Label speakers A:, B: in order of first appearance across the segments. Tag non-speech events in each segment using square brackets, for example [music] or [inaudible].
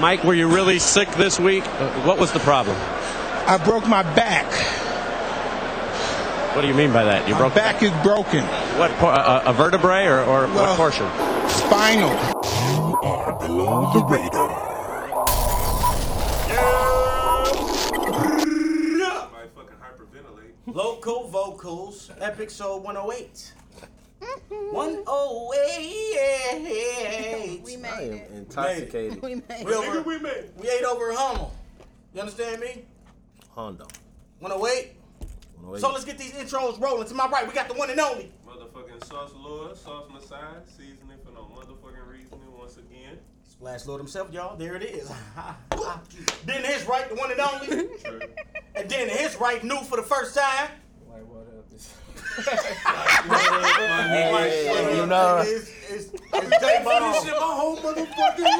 A: Mike, were you really sick this week? Uh, what was the problem?
B: I broke my back.
A: What do you mean by that? You
B: My
A: broke
B: back is broken.
A: what? por- A, a vertebrae or, or what
B: Well-
A: portion?
B: Spinal.
C: Below the radar.
D: Local vocals, Epic Soul 108. 108.
E: We made it.
F: Intoxicated.
E: We made
D: We
E: it.
D: over, we ain't over Hummel. You understand me?
F: Honda.
D: 108. So let's get these intros rolling. To my right, we got the one and only.
G: Motherfucking sauce lord, sauce messiah, seasoning for no motherfucking reasoning once again.
D: Splash Lord himself, y'all. There it is. [laughs] then his right, the one and only. and then his right, new for the first time.
F: you know,
D: It's, it's, it's Jay Bone.
G: my whole motherfucking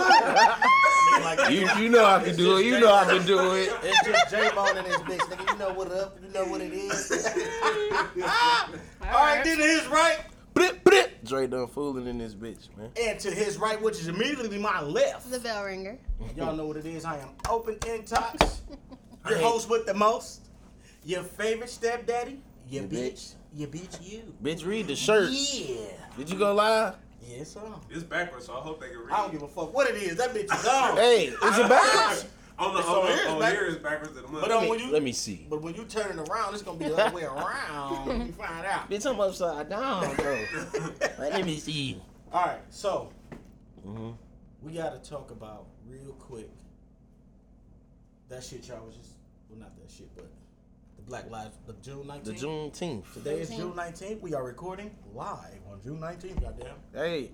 G: life.
D: [laughs]
F: you, you know I can do it. You know I can do it.
D: It's just J Bone and his bitch, nigga. You know what up. You know what it
F: [laughs]
D: is. All right, then to his right.
F: Blip, blip. Dre done fooling in this bitch, man.
D: And to his right, which is immediately my left.
E: The bell ringer.
D: Y'all know what it is. I am Open
F: [laughs]
D: Intox, your host with the most, your favorite stepdaddy, your
F: Your
D: bitch, your bitch, you.
F: Bitch, read the shirt.
D: Yeah.
F: Did you go live?
D: Yes, sir.
G: It's backwards, so I hope they can read.
D: I don't give a fuck what it is. That
F: [laughs]
D: bitch is on.
F: Hey, is it backwards?
G: on the
D: It's
G: on,
D: on here, it's
G: on
D: back-
G: oh, here is backwards to the
D: But um,
G: mother.
D: when you
F: Let me see.
D: but when you turn it around, it's gonna be the other way around. You find
F: [laughs]
D: out.
F: Bitch, I'm upside down, [laughs] bro. Let me see.
D: All right, so
F: Mm-hmm.
D: we gotta talk about real quick that shit y'all was just well not that shit, but the Black Lives the June
F: The
D: nineteenth.
F: Juneteenth.
D: Today is June nineteenth. We are recording live on June nineteenth. Goddamn.
F: Hey,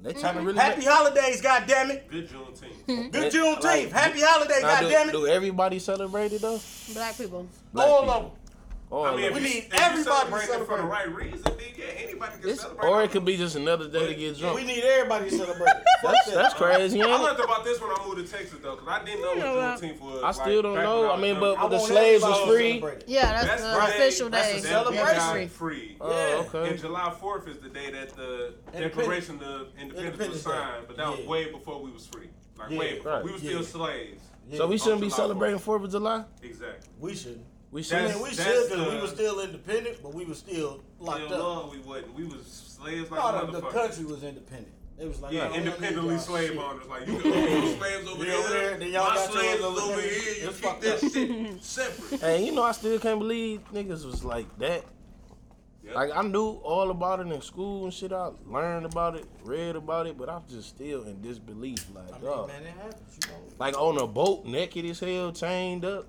F: they trying to really
D: Happy holidays, goddamn it.
G: Good Juneteenth.
D: Good
F: It-
D: Juneteenth.
F: like,
D: Happy holidays,
F: Now, do,
D: goddamn it.
F: do everybody celebrate it though? Oh,
E: Black people.
F: Black
D: All
F: people.
D: of 'em.
F: All
G: I mean,
F: of
G: if
D: We
G: you,
D: need
G: if you
D: everybody to
G: celebrate it for
D: celebrate.
G: the right reason, then yeah, anybody can
F: It's-
G: celebrate.
F: or it could be just another day to get
D: We
F: drunk.
D: need everybody to celebrate.
F: [laughs]
D: Fuck
F: That's,
D: that.
F: that's crazy, ain't
G: I
F: it?
G: learned about this when I moved to Texas though, because I didn't know
E: know
G: what
E: what?
G: Juneteenth was.
F: I still
G: like,
F: don't
G: back
F: know.
G: when
F: I
G: was
F: mean,
G: younger.
D: I
F: but- the
D: want
F: slaves
D: everybody
F: was
D: to
F: free.
D: celebrate it.
E: Yeah, that's,
G: That's
E: the
G: the day-
E: official
D: that's
E: day.
D: the
G: That we got
D: celebration.
G: Free.
F: Oh,
D: Yeah.
F: okay.
G: And July 4th is the day that the
D: Independence-
G: Declaration of Independence was
D: Independence Day.
G: signed, but that was
D: Yeah.
G: way before we was free. Like
D: Yeah.
G: way before.
F: Right.
G: We were
D: Yeah.
G: still slaves.
F: So we shouldn't be
G: July
F: celebrating Fourth of July.
G: Exactly.
D: We shouldn't.
F: We
D: I
F: should.
D: mean, we
G: That's
D: should because we
G: the-
D: were still independent, but we were still locked
G: Still
D: up.
G: long we wasn't. We was slaves like
D: No, the, the
G: motherfuckers.
D: country was independent. It was like
G: Yeah,
D: "Oh, we don't need
G: independently
D: y'all
G: slave
D: shit."
G: owners.
D: [laughs]
G: Like you can own your slaves over
D: Yeah,
G: there.
D: then y'all
G: my
D: got yours
G: slaves is
D: over
G: over
D: there.
G: here. You
D: It's
G: keep
D: fucked
G: that
D: up. [laughs]
G: shit separate.
F: And you know, I still can't believe niggas was like that.
G: Yep.
F: Like I knew all about it in school and shit. I learned about it, read about it, but I'm just still in disbelief. Like,
D: I mean,
F: dog.
D: man, it happens. You know.
F: like on a boat, naked as hell, chained up.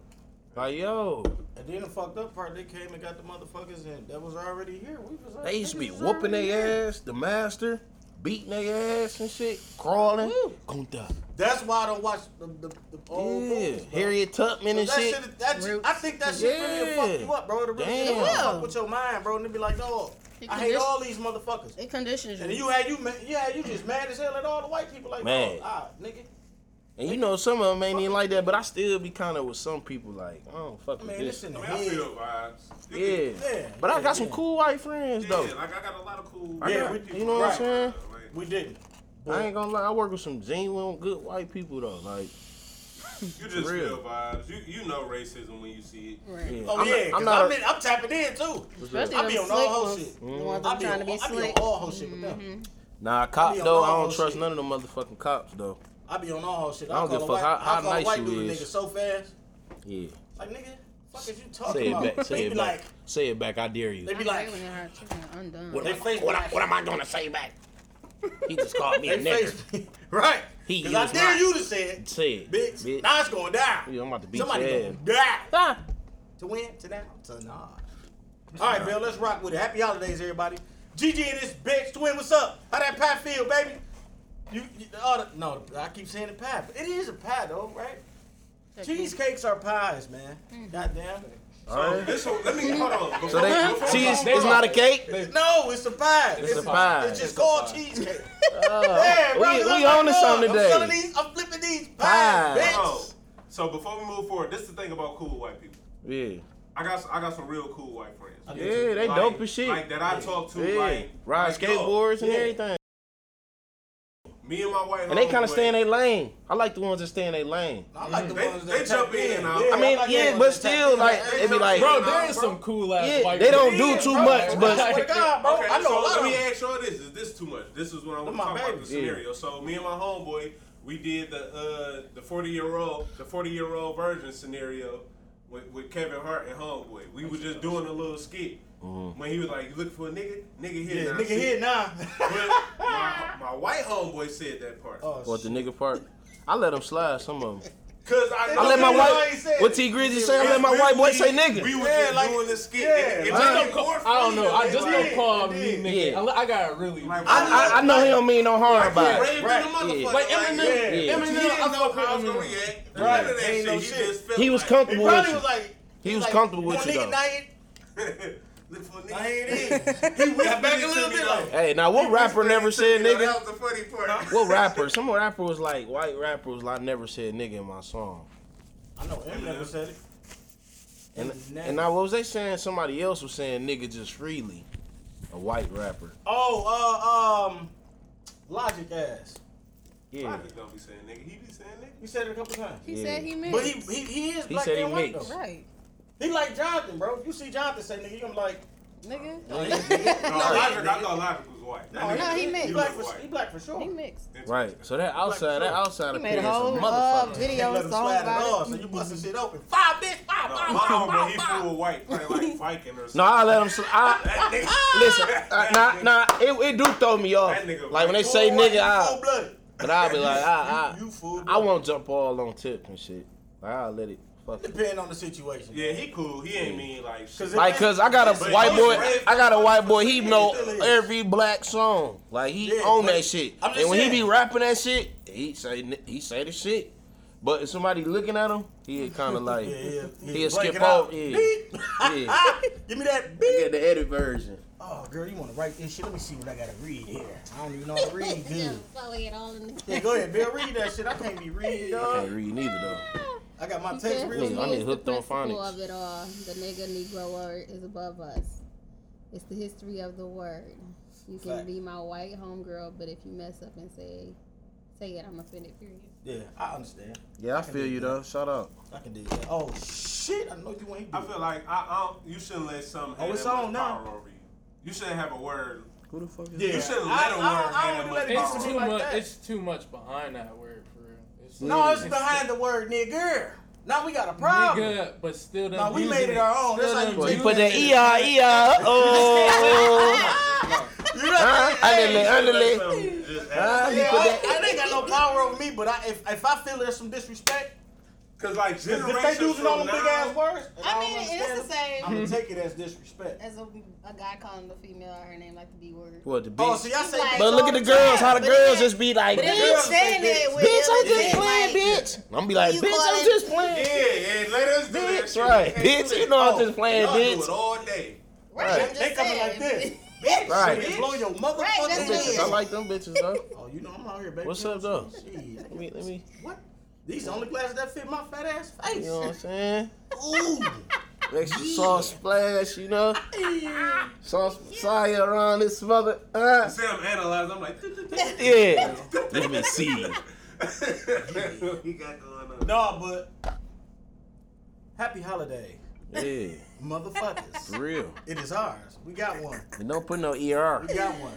F: Like yo,
D: And then the fucked up part, they came and got the motherfuckers, and that was already here. We was
F: they used to be
D: niggas was
F: whooping
D: already here.
F: their ass, the master, beating their ass and shit, crawling. Kunta.
D: That's why I don't watch the the, the old
F: Yeah,
D: movies, bro.
F: Harriet Tubman and
D: oh, That
F: shit.
D: shit, that shit, I think that shit really
F: Yeah.
D: fuck you up, bro. It really,
F: Damn.
D: it really fuck with your mind, bro. And it be like, dog,
E: You
D: I
E: can
D: hate
E: just-
D: all these motherfuckers.
E: It conditions
D: And then
E: you.
D: you had you, ma- yeah, you just mad as hell at all the white people, like,
F: Mad.
D: dog, ah, nigga.
F: And you know, some of them ain't even like that, but I still be kind of with some people like, I don't fuck
D: I
F: with
D: mean,
F: this.
D: this in the
G: I mean, I
D: head.
G: feel vibes. You
F: Yeah.
D: Yeah,
F: But I
D: yeah,
F: got some
D: yeah.
F: cool white friends,
G: can-
F: though.
G: Yeah, like I got a lot of cool.
F: I
D: got-
G: white people.
F: you know what I'm saying?
G: Like,
D: We didn't.
F: I ain't gonna lie, I work with some genuine good white people, though. Like,
G: You just
F: real.
G: feel vibes. You you know racism when you see it.
E: Right.
F: yeah.
D: Oh
F: I'm
D: yeah, 'cause
F: not- I'm
D: I'm,
F: not. a-
D: in- I'm tapping in too.
E: Especially
D: I be
E: them
D: on
E: slick
D: all whole
E: ones.
D: shit.
E: The ones
D: I
E: I'm
D: be
E: trying
D: on,
E: to be
D: I be on
E: slick. Mm-hmm.
D: all whole shit with them.
F: Nah, cop,
D: be on
F: though,
D: all
F: I don't
D: that
F: trust
D: shit.
F: none of them motherfucking cops, though.
D: I be on all whole shit.
F: I don't
D: call
F: give
D: a
F: a
D: white,
F: fuck how- how
D: I call
F: nice
D: a white
F: you
D: dude a
F: is.
D: nigga so fast.
F: Yeah.
D: Like nigga, fuck is you talking
F: Say it
D: about?
F: back. Say
D: they
F: it
D: be
F: back.
D: like,
F: Say it back. I dare you.
D: they be like,
E: undone.
F: What,
D: they
F: am I,
D: face
F: what, I-
D: black.
F: what am I gonna say back? He just called me
D: [laughs]
F: a
D: they
F: nigger.
D: face me. right?
F: He
D: Because I
F: used
D: dare
F: my-
D: you to say it,
F: Say it.
D: bitch. Now it's going down.
F: Yeah, I'm about to beat
D: Somebody
F: your
D: gonna
F: ass.
D: die.
F: Ah.
D: To win, to down, to nah. All right, Bill, let's rock with it. Happy holidays, everybody. GG and this bitch, twin, what's up? How that pie feel, baby? You, you all the, no, I keep saying the pie, but it is a pie though, right? Cheesecakes are pies, man. Goddamn.
G: So this one, let me
D: [laughs]
G: hold on.
F: So they, see, it's, it's not a cake.
D: No, it's a pie.
F: It's a pie.
D: It's just
F: It's
D: called cheesecake.
F: we we on to something
D: I'm
F: today.
D: selling these. I'm flipping these pies,
F: Pies.
G: Oh.
D: bitch.
G: So before we move forward, this is the thing about cool white people.
F: Yeah.
G: I got I got some real cool white friends.
F: Yeah, they
G: Like-
F: dope as shit.
G: Like that I talk to
F: Yeah.
G: like
F: Ride
G: like, yo,
F: skateboards and
G: yeah.
F: everything.
G: Me and my white
F: And they kind
G: homeboy,
F: of stay in their lane. I like the ones that stay in their lane.
D: I like the
G: They-
D: ones
G: they
D: that
G: jump
D: tap
G: in and out.
F: I mean,
D: like the
F: yeah,
D: ones
F: but
D: that tap
F: still,
D: in.
F: like,
D: They
F: it be
D: jump
F: like-
D: in
E: Bro,
D: and out,
E: there is
D: bro.
E: some cool ass
F: Yeah,
E: white
F: they don't
E: people.
F: do too much, but
D: I swear to God, bro,
G: Okay,
D: Oh, I know a
G: so
D: lot
G: let
D: of
G: me
D: them.
G: ask y'all this. Is this too much? This is what I want
D: Them
G: to
D: my
G: talk about the
D: babies.
G: scenario. So me and my homeboy, we did the uh, the forty year old the forty year old version scenario with, with Kevin Hart and homeboy. We were just doing a little skit
F: Mm-hmm.
G: when he was like, "You looking for a nigga? Nigga here
D: Yeah,
G: now."
D: nigga
G: see?
D: here now.
F: [laughs]
D: Oh,
G: Well, my, my white homeboy said that part.
F: Or the nigga part. I let them slide some of them.
G: Cause I,
F: I let my
D: Yeah,
F: white.
D: he said
F: What
D: it.
F: T Grizzly say? I let my white boy say nigga.
G: We were
D: Yeah,
G: just
D: like-
G: doing the skit.
D: yeah,
G: It- it
D: like-
G: made
E: I don't,
G: it more
E: call, I don't
G: funny
E: know.
G: than
E: I just
G: like-
E: don't call
D: It
E: me
D: did.
E: nigga.
F: Yeah.
E: I, I got really.
G: Like,
F: I, I, I know he don't mean no harm
G: Like,
F: by it.
G: raved
D: Right,
G: to the motherfucker.
E: Like
G: Like, yeah.
E: Eminem,
F: Yeah.
E: Eminem,
G: He didn't
E: I
G: know
E: fuck with
G: how I was gonna
E: Eminem.
G: react.
D: Right.
G: None of that
D: Ain't
G: shit.
D: no
G: He
D: shit.
G: just felt
F: He was
G: like, [laughs]
D: He
F: comfortable with
D: probably
F: you.
D: was like,
F: He was
D: like,
F: comfortable with
D: "One
F: you,
D: nigga
F: though.
D: night,
G: Look for
D: I
G: niggas.
D: ain't in. He whipped back a little bit like,
F: Hey, now what rapper never said nigga?
G: That was the funny part.
F: [laughs] What rapper? Some rapper was like white rapper was like I never said nigga in my song.
D: I know him never said it.
F: And and now what was they saying? Somebody else was saying nigga just freely. A white rapper.
D: Oh, uh, um, Logic ass.
G: [laughs]
F: Yeah.
G: Logic don't be saying nigga. He be saying nigga.
D: You said it a couple times.
H: He
F: Yeah.
H: said he mixed.
D: But he he, he is black
F: said he
D: and white
F: mixed.
D: though.
H: right,
D: He like Jonathan, bro. If you see Jonathan say nigga, you gonna be like,
H: nigga.
G: No, Logic, I thought Logic was white. That
D: oh,
G: nigga-
H: no, he mixed.
D: He
G: was
D: black, for,
G: white.
D: he black for sure.
H: He mixed.
F: Right. So that outside, that outside
H: He
F: appearance,
H: made
F: a
H: a whole uh,
F: motherfucker.
D: They
H: video
D: let him
H: song
D: slide it off,
H: about
D: so
H: it.
D: you busting shit open. Five bitch, five,
G: No,
D: five,
G: my
D: five,
G: homeboy, he
D: five, five.
G: full white, probably
F: [laughs]
G: like Viking or something. [laughs]
F: No, I let them. Sl- I, [laughs] listen, uh, nah, nah, it, it do throw me off.
G: That nigga
F: Like when they
G: right.
F: say
D: Full white,
F: nigga,
D: full
F: I,
D: blooded.
F: but I'll be like, I,
D: "Oh, You- you fool,
F: I, I won't jump all on tip and shit. Like, I'll let it fuck it.
D: Depending on the situation.
G: Yeah, he cool. He ain't mean like shit.
D: Cause it-
F: Like, cause I got a
G: But
F: white
G: he
F: boy,
G: red.
F: I got a white boy. He know every black song. Like he
D: Yeah,
F: own
D: but
F: that shit.
D: I'm just
F: And when he be
D: saying.
F: rapping that shit, he say ni- he say the shit. But if somebody looking at him,
D: [laughs]
F: he kind of like
D: Yeah, yeah.
F: he'll
D: Break
F: skip
D: it out.
F: off.
D: [laughs]
F: Yeah,
D: Beep.
F: yeah.
D: Give me that
F: I
D: beep.
F: get the edit version.
D: Oh, girl, you want to write this shit? Let me see what I got to read here. I don't even know how to
F: [laughs]
D: read, dude. Yeah, go ahead, Bill. Read that shit. [laughs] I can't be reading,
F: Can't
D: dog.
F: read neither though.
D: I got my text
F: Yeah,
D: real
F: I need
D: slow.
H: It's
F: hooked
H: the
F: on
H: principle
F: phonics.
H: of it all. The nigga Negro word is above us. It's the history of the word. You can
D: Fact.
H: be my white homegirl, but if you mess up and say say it, I'm offended. Period.
D: Yeah, I understand.
F: Yeah, I feel you though. Shout out.
D: I can do that. Oh shit! I know you ain't. Do
G: I
D: it.
G: feel like I, I don't, you shouldn't let something have
D: Oh, it's
G: that much
D: on now.
G: power over you. You shouldn't have a word.
F: Who the fuck is
D: Yeah.
G: You shouldn't
D: I-
G: let a
D: I-
G: word
D: I
G: have
D: don't
G: that
D: let
G: much
D: it
G: power
D: get
G: over
D: to
G: you.
E: Too
D: like
E: much.
D: that.
E: It's too much behind that word for real. It's
D: no,
E: like-
D: it's behind the word nigger. Now we got a problem.
E: Nigga, but still them
D: Now we
E: using
D: made it our own.
E: Still
D: That's how
E: them
D: you
F: He
E: using
F: put that
E: it.
F: E R E R. Oh.
H: Ah!
D: You know,
F: [laughs] Huh? Underlay, underlay.
G: Something just
F: Huh?
G: happened.
F: He
D: yeah,
F: put
D: I,
F: that.
D: I ain't got no power over me, but I, if, if I feel there's some disrespect,
G: Cause like
D: Because if
G: generations
D: they using all
G: from
D: them big
G: now,
D: ass words, and
H: I
D: I
H: mean,
D: don't
H: it's
D: understand
H: the
D: them,
H: same.
D: I'm gonna take it as disrespect.
H: As a, a guy calling the female out her name like the B word.
F: What the bitch?
D: Oh, see, I say,
H: Like-
F: but look at the girls. How the
H: But
F: girls
H: then-
F: just be like,
H: But
F: bitch,
H: if
D: girls say
H: you saying
D: bitch.
H: it with
F: I'm just
H: everything,
F: playing,
H: like,
F: bitch. I'm gonna be like,
H: you
F: bitch,
H: call
F: I'm
H: it-
F: just playing.
G: Yeah, and let us do that
F: Bitch,
G: shit.
F: right.
G: Hey,
F: Bitch,
G: do
F: you
G: it.
F: know I'm
G: Oh,
F: just playing,
G: y'all do
F: bitch.
G: it all day.
H: Right. I'm just
D: They coming
H: saying.
D: like
H: [laughs]
D: this. Bitch,
F: Right.
D: bitch, blow your motherfucking
H: Right, that's what it
D: head
H: is.
F: I
D: off.
F: like them bitches though.
D: Oh, you know I'm out here, baby.
F: What's up, though?
D: Shit.
F: Let me, let me.
D: What? These the only glasses that fit my fat ass
F: You
D: face.
F: know what I'm saying?
D: Ooh.
F: Extra sauce splash, you know. Sauce Messiah around this mother. Uh,
G: Say I'm analyzed. I'm like, [laughs]
F: yeah. Let me
D: [laughs]
F: see.
G: what [laughs] he got going on?
D: Nah, but happy holiday,
F: Yeah,
D: motherfuckers.
F: for real.
D: it is ours. We got one.
F: And don't put no ER.
D: We got one.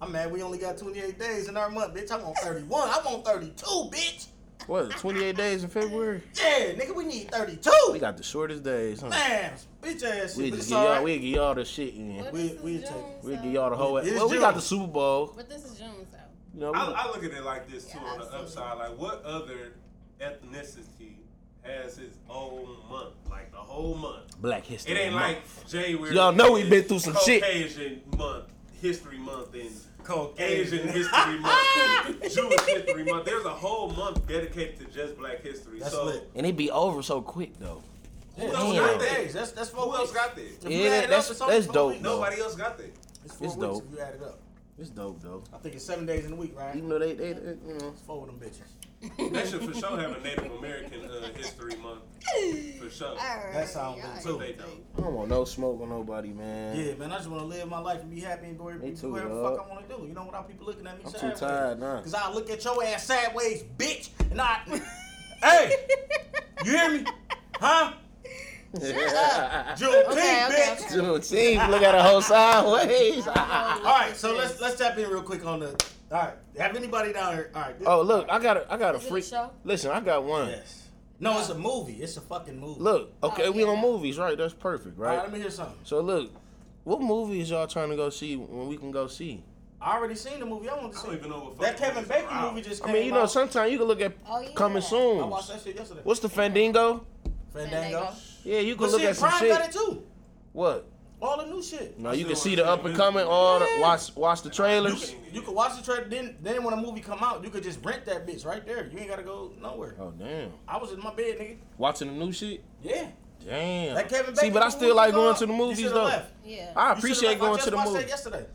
D: I'm mad we only got 28 days in our month, bitch. I want 31. I want 32, bitch.
F: What, 28 days in February?
D: Yeah, nigga, we need 32.
F: We got the shortest days, huh?
D: Man, bitch ass shit.
F: We
D: but
F: just
D: it's
F: get
D: all
F: y'all,
D: right.
F: we get y'all the shit in.
H: But
D: We-
H: this is
D: we
H: June,
D: take-
F: We
H: so-
F: get y'all the whole.
D: It's
F: Well, we
D: June.
F: got the Super Bowl.
H: But this is June, so.
F: You know, we,
G: I, I look at it like this too on the
H: Yeah,
G: upside. Like, what other ethnicity has its own month? Like the whole month.
F: Black History.
G: It ain't
F: Month.
G: like January.
F: Y'all know we
G: is
F: been through some shit.
G: Caucasian month, history month, and
D: Caucasian. [laughs]
G: Asian history
F: [laughs]
G: month, and Jewish history month. There's a whole month dedicated to just Black history.
D: That's
G: so
D: lit.
F: and it be over so quick though.
D: Yeah,
G: Who else
D: it's
G: got
D: four
G: that?
D: days. That's, that's four
G: Who else
D: weeks.
G: got that?
D: If you
F: Yeah,
D: add it
F: that's-
D: it's only
F: that's
D: four
F: dope,
D: weeks.
F: though.
G: Nobody else got that.
D: It's four weeks
F: It's dope.
D: if you add it up.
F: It's dope though.
D: I think it's seven days in a week, right?
F: Mm-hmm. Even though they, they, they you know,
D: It's four of them bitches.
G: That should for sure have a Native American uh, history month. For sure.
H: Alright,
D: That sounds
H: y'all
G: So
D: good
G: they
H: ain't
G: don't.
F: I don't want no smoke with nobody, man.
D: Yeah, man, I just want to live my life and be happy and do
F: Me
D: everything,
F: too,
D: whatever the
F: dog.
D: fuck I want to do. You know, without people looking at me
F: I'm too
D: sideways.
F: tired now.
D: Cause I look at your ass sideways, bitch, and I, [laughs] hey, you hear
H: [laughs]
D: me?
H: Oh,
D: Huh?
F: [laughs]
D: Juneteenth,
H: Okay, okay,
D: bitch.
H: okay.
F: Juneteenth, look at her whole
D: [laughs]
F: sideways.
D: Ah,
H: All
D: All right, so let's let's tap in real quick on the. All right, have anybody down here? All right. this-
F: oh, look, I got a, I got a
H: Is it a
F: freak.
H: show?
F: Listen, I got one.
D: Yes. No, it's a movie. It's a fucking movie.
F: Look, okay,
H: Oh,
F: we
H: yeah.
F: on movies, right? That's perfect,
D: All
F: right?
D: right, let me hear something.
F: So look, what movie is y'all trying to go see when we can go see?
D: I already seen the movie. I want to
G: I
D: see.
G: don't even know what
D: that
G: fucking
D: Kevin
G: movies
D: Bacon
G: are out.
D: movie just
F: I
D: came
F: mean, you know,
D: out.
F: sometimes you can look at
H: Oh, yeah.
F: coming
D: I
F: soon.
D: watched that shit yesterday.
F: What's the Fandango?
D: Fandango?
H: Fandango.
F: Yeah, you can
D: But
F: look
D: shit,
F: at some
D: Prime
F: shit.
D: got it too.
F: What?
D: All the new shit.
F: No, you
G: still
F: can see
G: wanna
F: the
G: see
F: up and
G: it.
F: coming. All the, watch, watch the
D: You
F: trailers.
D: could, you could watch the trailer. Then, then when a movie come out, you could just rent that bitch right there. You ain't gotta go nowhere.
F: Oh damn!
D: I was in my bed, nigga.
F: Watching the new shit.
D: Yeah.
F: Damn.
D: That Kevin Bacon.
F: Oh. see, but I
D: movie
F: still like
D: come
F: going
D: out.
F: to the
D: You
F: movies
D: shoulda
F: though.
D: left.
H: Yeah.
F: I
D: You shoulda
F: appreciate
D: left. I
F: going
D: just
F: to the
D: watched that
F: movies.
D: Yesterday.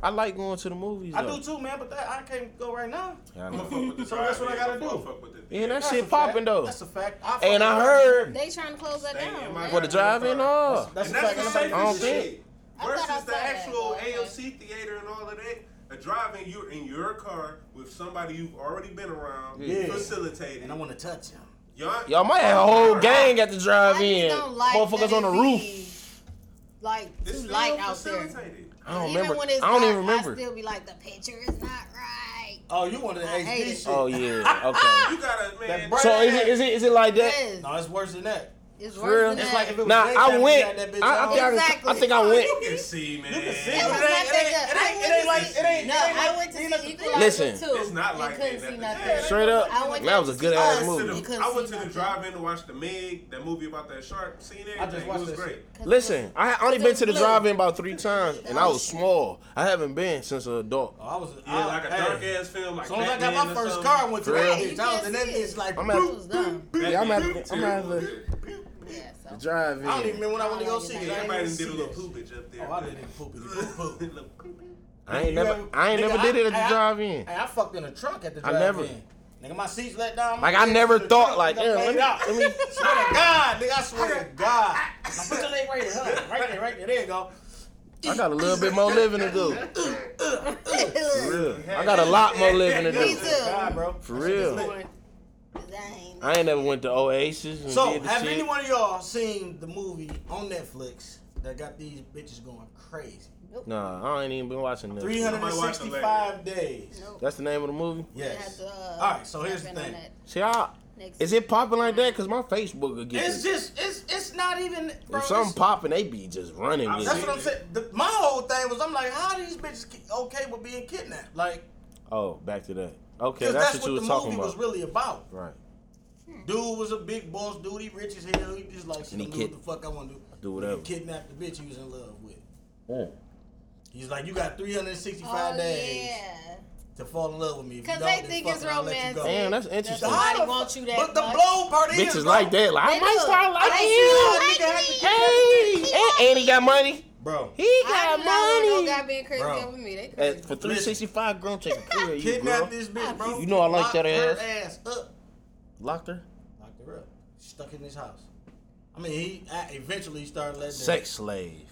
F: I like going to the movies.
D: I
F: though.
D: do too, man. But that, I can't go right now.
F: Yeah, I
G: I'm
F: know.
G: gonna
D: [laughs]
G: fuck with the
D: So that's what I
G: drive-in,
D: gotta
G: I'm
D: do.
G: gonna fuck with the
F: Yeah, that
D: That's a
F: shit
D: fact.
F: popping though.
D: That's a fact. I
F: and I
D: fucking-
F: heard
H: They trying to close that
G: Stay in
H: down.
G: my-
H: right?
F: for the drive-in. Oh,
D: That's
G: And
D: a
G: that's the
D: fact.
G: safest
F: I don't
G: shit.
F: think-
H: I thought I
G: Versus
H: saw
G: the
H: that,
G: actual
H: but-
G: AOC theater and all of that. A driving, you're in your car with somebody you've already been around,
D: Yeah.
G: facilitating.
D: And I want to touch him.
G: Y'all,
F: y'all might have a whole gang at the
H: I
F: drive-in.
H: just don't like
F: Motherfuckers
H: that
F: on the
H: it
F: roof.
H: be, Like
G: It's
H: too
G: still
H: light out there.
G: facilitated.
F: I don't
H: Even
F: remember.
H: when it's
F: I don't
H: dark,
F: even remember.
H: I still be like the picture is not right.
D: Oh, you wanted the
H: I hate
D: HD
H: it.
D: shit.
H: [laughs]
F: Oh yeah.
G: You gotta, man.
D: That
F: Okay. so is it is it is it like that?
H: Yes,
D: [laughs] No, it's worse than that.
H: it's
F: for real?
H: worse than
D: It's
H: that.
D: like if it was
F: Nah,
D: daytime,
F: I
D: you
F: went.
D: got that bitch
F: I, I, think
D: on.
F: I, I think I
G: you
F: went.
G: can see, man.
D: You can see.
H: It was
D: but
H: not
D: it ain't- it
H: that
D: ain't-
H: good.
D: it ain't like- it ain't-
H: No,
D: it ain't
H: I
D: like-
H: went
D: it
H: to see
D: ain't-
H: Equalizer
F: Listen.
H: too.
G: It's not
H: and
G: like that
H: couldn't
G: at
H: see
G: the
H: nothing.
G: theater.
F: Straight up,
H: I went
F: that was a good
H: to
F: ass
H: see
G: To
H: Ooh.
G: the-
H: You
F: movie.
H: couldn't
G: I went
H: see
G: to the
H: nothing.
G: drive-in to watch the Meg, that movie about that shark. Seen everything.
D: I just watched
G: it was
D: that
G: great.
D: shit.
F: Listen, I had only
H: It's
F: been to the
H: blue.
F: drive-in about three times, and I was small. I haven't been since an adult.
D: Oh, I was
G: Yeah,
D: I,
G: like a
D: hey,
G: dark ass film. Like
D: As soon as I got
G: Batman
D: my
G: or
D: first
G: something.
D: car, I went to
F: For
D: that
F: real?
D: bitch. I was in that
H: You can't
D: bitch like, I'm
F: I'm at-
H: It was
F: [laughs]
H: dumb.
F: Yeah, I'm at-
G: Batman
F: I'm at
D: [laughs]
G: too.
H: Yeah, so. [laughs]
F: Drive-in.
D: I don't even remember when I went to go
H: Yeah,
D: see it. I ain't
G: Everybody
D: even
G: done
D: see
G: did a little
D: it.
G: poopage up there.
D: Oh, I didn't even poop it. Poop,
G: [laughs]
D: poop.
G: Little poopage.
F: I ain't
D: You
F: never.
D: ever-
F: I ain't
D: nigga,
F: never did it at
D: I-
F: the drive-in.
D: Hey, I fucked in a trunk at the
F: I
D: drive-in.
F: never-
D: Nigga, my seats let down. my
F: Like I
D: legs
F: never
D: in the
F: thought
D: trunk,
F: like,
D: nigga,
F: damn,
D: played out.
F: let me, let me
D: [laughs] swear
F: [laughs]
D: to God, nigga, I swear to God. Now put your leg right here, huh? Right there, right there. There you [laughs] go.
F: I got a little bit more living to [laughs] do. For real. I got a lot more living [laughs] to
H: Me
F: do.
H: too.
D: God, bro.
F: For real.
H: Dang.
F: I ain't never went to Oasis. And
D: So,
F: did the
D: have
F: shit.
D: any one of y'all seen the movie on Netflix that got these bitches going crazy?
F: Nah, I ain't even been watching that.
G: Somebody watch it later.
D: 365 days.
H: Nope.
F: That's the name of the movie.
D: Yes.
H: Had to, uh,
D: All right, so here's the
H: tap in on
D: thing.
H: that
F: See, I,
H: next-
F: is it popping like that? Cause my Facebook will get.
D: It's just, it's it's not even. Bro,
F: if something
D: it's-
F: popping, they be just running with
D: that's
F: it.
D: what I'm saying. The, my whole thing was, I'm like, how are these bitches ki- okay with being kidnapped? Like,
F: Oh, back to that. Okay,
D: because
F: that's,
D: that's,
F: what you
D: what
F: was
D: the
F: talking
D: movie
F: about.
D: was really about.
F: right.
D: Dude was a big boss dude. He rich as hell. He just like, shit,
F: And he
D: I'm doing
F: kid-
D: what the fuck I want to do.
F: do
D: Nigga
F: whatever.
D: Kidnapped the bitch he was in love with.
F: Mm.
D: He's like, you got 365
H: Oh,
D: days
H: yeah.
D: to fall in love with me. If you
H: Because
D: don't,
H: they
D: then
H: think
D: fuck
H: it's
D: it, I'll let you
H: romantic.
D: go.
F: Damn, that's interesting.
H: Somebody
D: How the
H: wants
D: fuck-
H: you that
D: But the
H: much.
D: blow part is bro,
F: Bitches like that. Like, I
H: They
F: might
H: do.
F: start
H: They
F: liking
H: do.
F: you.
H: Like
D: nigga had to
H: me.
F: Hey, and, and he got money.
D: bro.
F: He
H: I
F: got
H: do not want no
F: money.
H: guy being crazy
D: Bro.
H: over me. They
F: And
H: crazy.
F: for 365, girl, take a period. You girl.
D: Kidnapped this bitch, bro.
F: You know I like
D: Locked
F: that
D: her
F: ass.
D: ass up.
F: Locked her.
D: Locked her up. Stuck in his house. I mean, he I, eventually started letting. her-
F: Sex slave.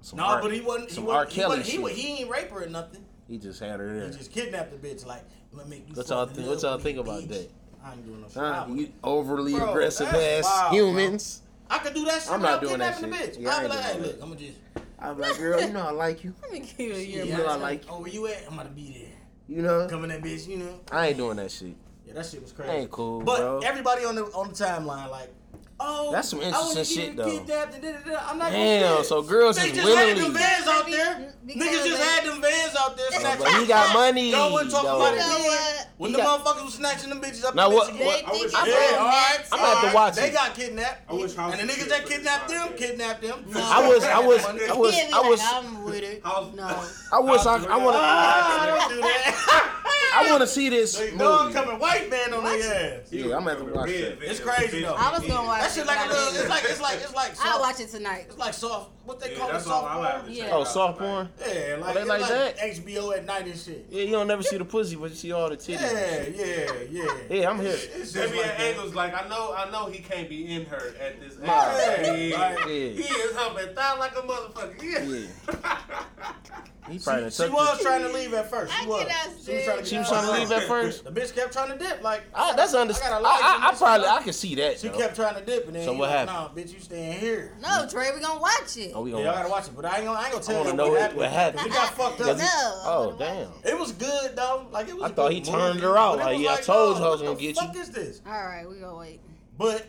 F: Some
D: No,
F: R-
D: but he wasn't. He
F: Some
D: wasn't,
F: R. Kelly
D: he,
F: shit.
D: wasn't, he, wa- he ain't rape her or nothing.
F: He just had her
D: He
F: there.
D: just kidnapped the bitch. Like, I'm gonna make you.
F: What
D: fall
F: y'all
D: in
F: think-
D: love
F: what y'all
D: with
F: think
D: me,
F: about
D: bitch.
F: that?
D: I ain't doing no shit.
F: Huh,
D: I would-
F: you overly
D: Bro,
F: aggressive ass
D: that's wild, bro.
F: humans.
D: I could do that shit
F: I'm
D: without
F: not doing that
D: kidnapping
F: shit.
D: the bitch.
F: Yeah, I
D: I'd be
F: ain't
D: like, hey,
F: doing
D: look,
F: that.
D: I'm gonna just.
F: I'm like, girl, you know I like you.
H: Let me give you a year.
F: You know I like you.
D: Oh, where you at? I'm about to be there.
F: You know?
D: Come in that bitch, you know.
F: I ain't doing that shit.
D: Yeah, that shit was crazy.
F: Ain't cool,
D: but
F: bro.
D: everybody on the on the timeline like, oh,
F: That's some
D: I
F: interesting
D: was
F: shit,
D: getting
F: though.
D: Kidnapped and da, da, da. I'm not gonna
F: Damn,
D: do it.
F: so girls
D: they
F: is
D: just had them
F: willingly-
D: vans out there.
H: Because
D: Niggas just
H: they-
D: had them vans out there
F: Oh,
D: snatching.
F: but he got money.
D: Y'all wasn't talking
F: though.
D: about
H: You
D: it
H: know
D: then.
H: what?
D: When
F: He
D: the
F: got-
D: motherfuckers was snatching them bitches up.
F: Now
D: the
F: what-
D: bitch
H: They
D: again.
G: I wish-
H: think it's
G: I-
D: Yeah, all right.
H: romantic.
F: I'm gonna have to watch
D: They
F: it.
D: got kidnapped.
G: I wish House
D: and the
G: was
D: niggas
G: shit
D: that
G: for the
D: kidnapped them,
G: podcast.
D: kidnapped them.
F: I was, I was,
D: Money.
F: I was,
H: Yeah, be
F: I
D: [laughs]
F: was,
H: like, I'm with it.
G: House-
H: No.
F: I was, I, I want [laughs]
D: Ah, don't do that.
F: I want to see this
D: They
F: movie.
D: dog coming white man on their ass.
F: Yeah, I'm gonna have to watch
G: Red
F: that.
G: Velvet,
D: It's crazy,
G: bitch.
D: though.
H: I was gonna watch
D: That
H: it,
D: shit like a
H: but I
D: little, it's
H: didn't.
D: like it's like it's like soft.
H: I'll watch it tonight.
D: It's like soft. What they
G: Yeah,
D: call it,
G: that's all
D: soft
G: I
D: porn?
G: have to
H: Yeah.
G: check
H: Oh,
F: Oh,
G: out.
F: soft porn.
D: Yeah, like,
F: Oh, they
D: it's
F: like
D: like
F: that?
D: HBO at night and shit.
F: Yeah, you don't never see the pussy, but you see all the titties.
D: Yeah, yeah, yeah.
F: Yeah,
D: [laughs]
F: I'm here.
D: It's just
G: They be
D: like
G: at
D: that.
G: angles like I know, I know he can't be in her at this age.
D: Yeah.
G: Yeah. He
F: Yeah,
G: is humping thigh like a motherfucker. Yeah.
F: yeah. He probably
D: She
F: took
D: was
F: this.
D: trying to leave at first.
H: I
D: She was.
H: get out
D: She was trying to,
H: there.
F: She
D: get
F: was
D: out.
F: trying to leave at
D: [laughs]
F: first.
D: The bitch kept trying to dip. Like
F: I, that's
D: I got
F: understandable.
D: a lot
F: I,
D: of
F: I, I
D: information.
F: probably I can see that.
D: She
F: though.
D: kept trying to dip, and then
F: So
D: he was
F: what
D: like,
F: happened?
D: Nah, bitch, you staying here.
H: No, Trey, we gonna watch it.
F: Oh, we
D: Yeah,
F: gonna
D: y'all gotta
F: watch.
D: watch it, but I ain't gonna, I ain't gonna tell
F: wanna
D: you
F: know
D: what
F: what-
D: happened.
F: what happened.
D: It got fucked
H: No.
D: up.
F: That's-
H: I
F: Oh
H: wanna
F: damn.
H: watch
D: It was good though. Like it was.
F: I
D: a
F: thought
D: good movie,
F: he turned her out,
D: but it
F: like,
D: was
F: yeah, I told
D: dawg,
F: you I was
D: what
F: gonna
D: the
F: get you.
D: Fuck is this?
H: it. All right, we gonna wait.
D: But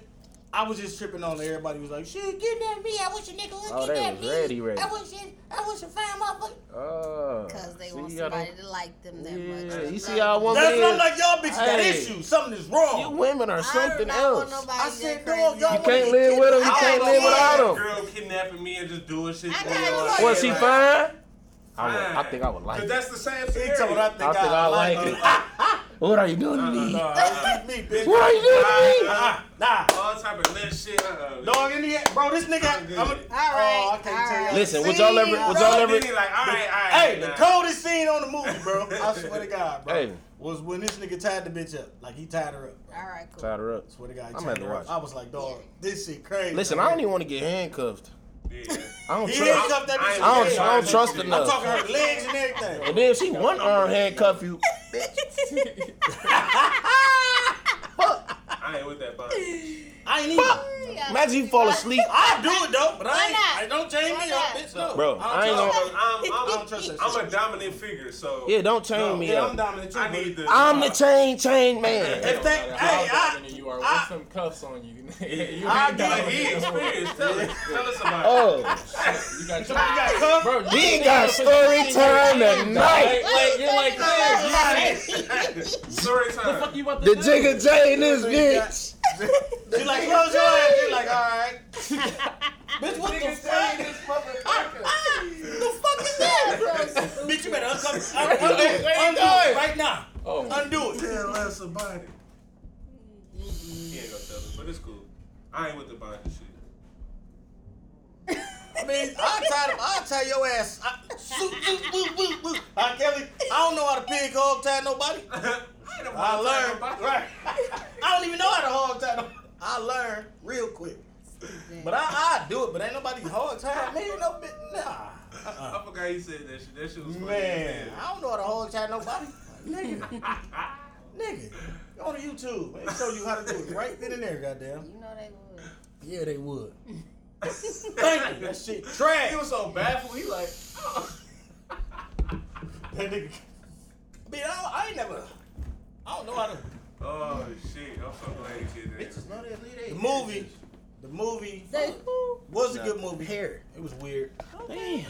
D: I was just tripping on it. Everybody was like, "She ain't getting at me. I wish a nigga would
F: Oh,
D: get
F: they
D: at
F: was
D: me.
F: ready, ready.
D: I wish it. I wish a fine motherfucker."
F: Oh.
H: Cause they
F: see,
H: want
F: you gotta-
H: somebody to like them that much.
F: Yeah,
H: They
F: you
H: love
F: see how
H: them.
G: Oh,
F: women
D: That's not
F: is-
D: like y'all bitch got
F: Hey.
D: issues. Something is
F: You
D: wrong.
F: women are something else.
D: I said, no, y'all
F: You
D: wanna
F: can't
D: get
F: live with 'em, you
D: kidnapped.
F: can't
D: I
F: live
D: don't know.
F: without 'em.
G: Girl kidnapping me and just doing shit.
H: I
G: to
H: got
G: me.
H: it,
G: I'm
H: look.
G: like,
F: Was he
G: yeah,
F: fine? I,
G: fine.
F: would, I think I would like
G: Cause
F: it.
G: that's the same
D: He
G: scenario.
D: told her, I Uh-uh. think
F: I think I like it.
D: [laughs]
F: What are you doing to me?
D: Nah, that's me, bitch.
F: What are you doing
D: [laughs]
F: to me?
D: Nah, nah.
G: All type of lit shit. Uh-uh.
D: Dog in the Bro, this nigga.
G: I'm
D: I'm
G: good.
D: a, Oh,
G: All
D: I
H: right,
D: can't
H: all
D: tell
H: right.
D: y'all.
F: Listen, was
H: See,
F: y'all ever?
H: y'all
F: Was y'all
G: Dog
F: ever?
G: did it like, all right, all right.
D: Hey, the
G: nah.
D: coldest scene on the movie, bro. I swear to God, bro.
F: Hey.
D: Was when this nigga tied the bitch up. Like, he tied her up. Bro.
H: All right, cool. [laughs]
F: [laughs] Tied her up.
D: Swear to God, he
F: I'm
D: tied
F: gonna
D: her up.
F: watch it.
D: I was like, dog, this shit crazy.
F: Listen, I don't even want to get handcuffed.
G: Yeah.
F: I don't
D: He
F: trust.
D: handcuffed that bitch. to
G: I
F: I
D: the
F: don't,
D: bed.
F: I don't trust
D: I'm
F: enough.
D: talking her legs and everything.
F: And then if she one arm handcuff you,
G: I ain't with that body.
D: I ain't even.
F: imagine you fall
H: [laughs]
F: asleep.
D: I do it though, but I ain't.
H: not?
D: I don't change
H: Why
D: me up,
H: not?
D: bitch. No.
F: Bro, I ain't
D: trust
F: gonna-
D: that.
G: I'm,
D: I
G: I'm,
D: don't trust that.
F: [laughs]
G: I'm a dominant figure, so
F: Yeah, don't chain
D: No,
F: me
D: yeah,
F: up.
D: I'm dominant too.
G: I
D: but-
G: need the.
F: I'm the chain chain man.
D: If they, hey,
E: Hey,
D: I,
E: you are
D: I-
E: with some cuffs on you. [laughs] you
D: I
E: ain't
D: do
E: got
G: But he
E: no-
G: experienced.
D: [laughs]
G: Tell us, tell us about it.
F: Oh,
E: You got
D: you got
E: your-
D: cuffed?
E: Bro, you
F: we
E: ain't
F: got story time
E: Like,
F: tonight.
E: like, you're like, man,
G: Story time.
E: you about to
F: The
E: do?
F: jigga J in this bitch.
D: she like close your eyes. She like, all right.
F: [laughs]
D: bitch, what the fuck?
H: the fuck is that, bro?
D: bitch, you better uncover, un- undo, undo it right now.
E: Oh.
D: Undo it.
G: Tell us about it. He ain't gonna tell us, but it's cool. I ain't with the bonding shit. [laughs]
D: I mean, I'll tie them. I'll tie your ass. I, woo, woo, woo, woo, woo. R. Kelly, I don't know how to pig hog tie nobody.
G: I, ain't a
D: I
G: bond
D: learned.
G: type of body.
D: Right. I don't even know how to hog tie nobody. I learned real quick. But I, I do it, but ain't nobody hog tie me. No, bitch, nah.
G: I forgot he said that shit. That shit was funny.
D: Man, I don't know how to hog tie nobody. Nigga. Nigga. Go on to YouTube. They show you how to do it right then and there, goddamn.
H: You know they would.
D: Yeah, they would. Thank you. That shit trash.
G: He was so baffled. He like, oh.
D: That nigga. Man, I, don't- I ain't never. I don't know how to.
G: oh shit! I'm so glad he did that.
D: Bitches know that. The movie. The movie
H: Say,
D: was a good movie. Here. It was weird.
F: Damn.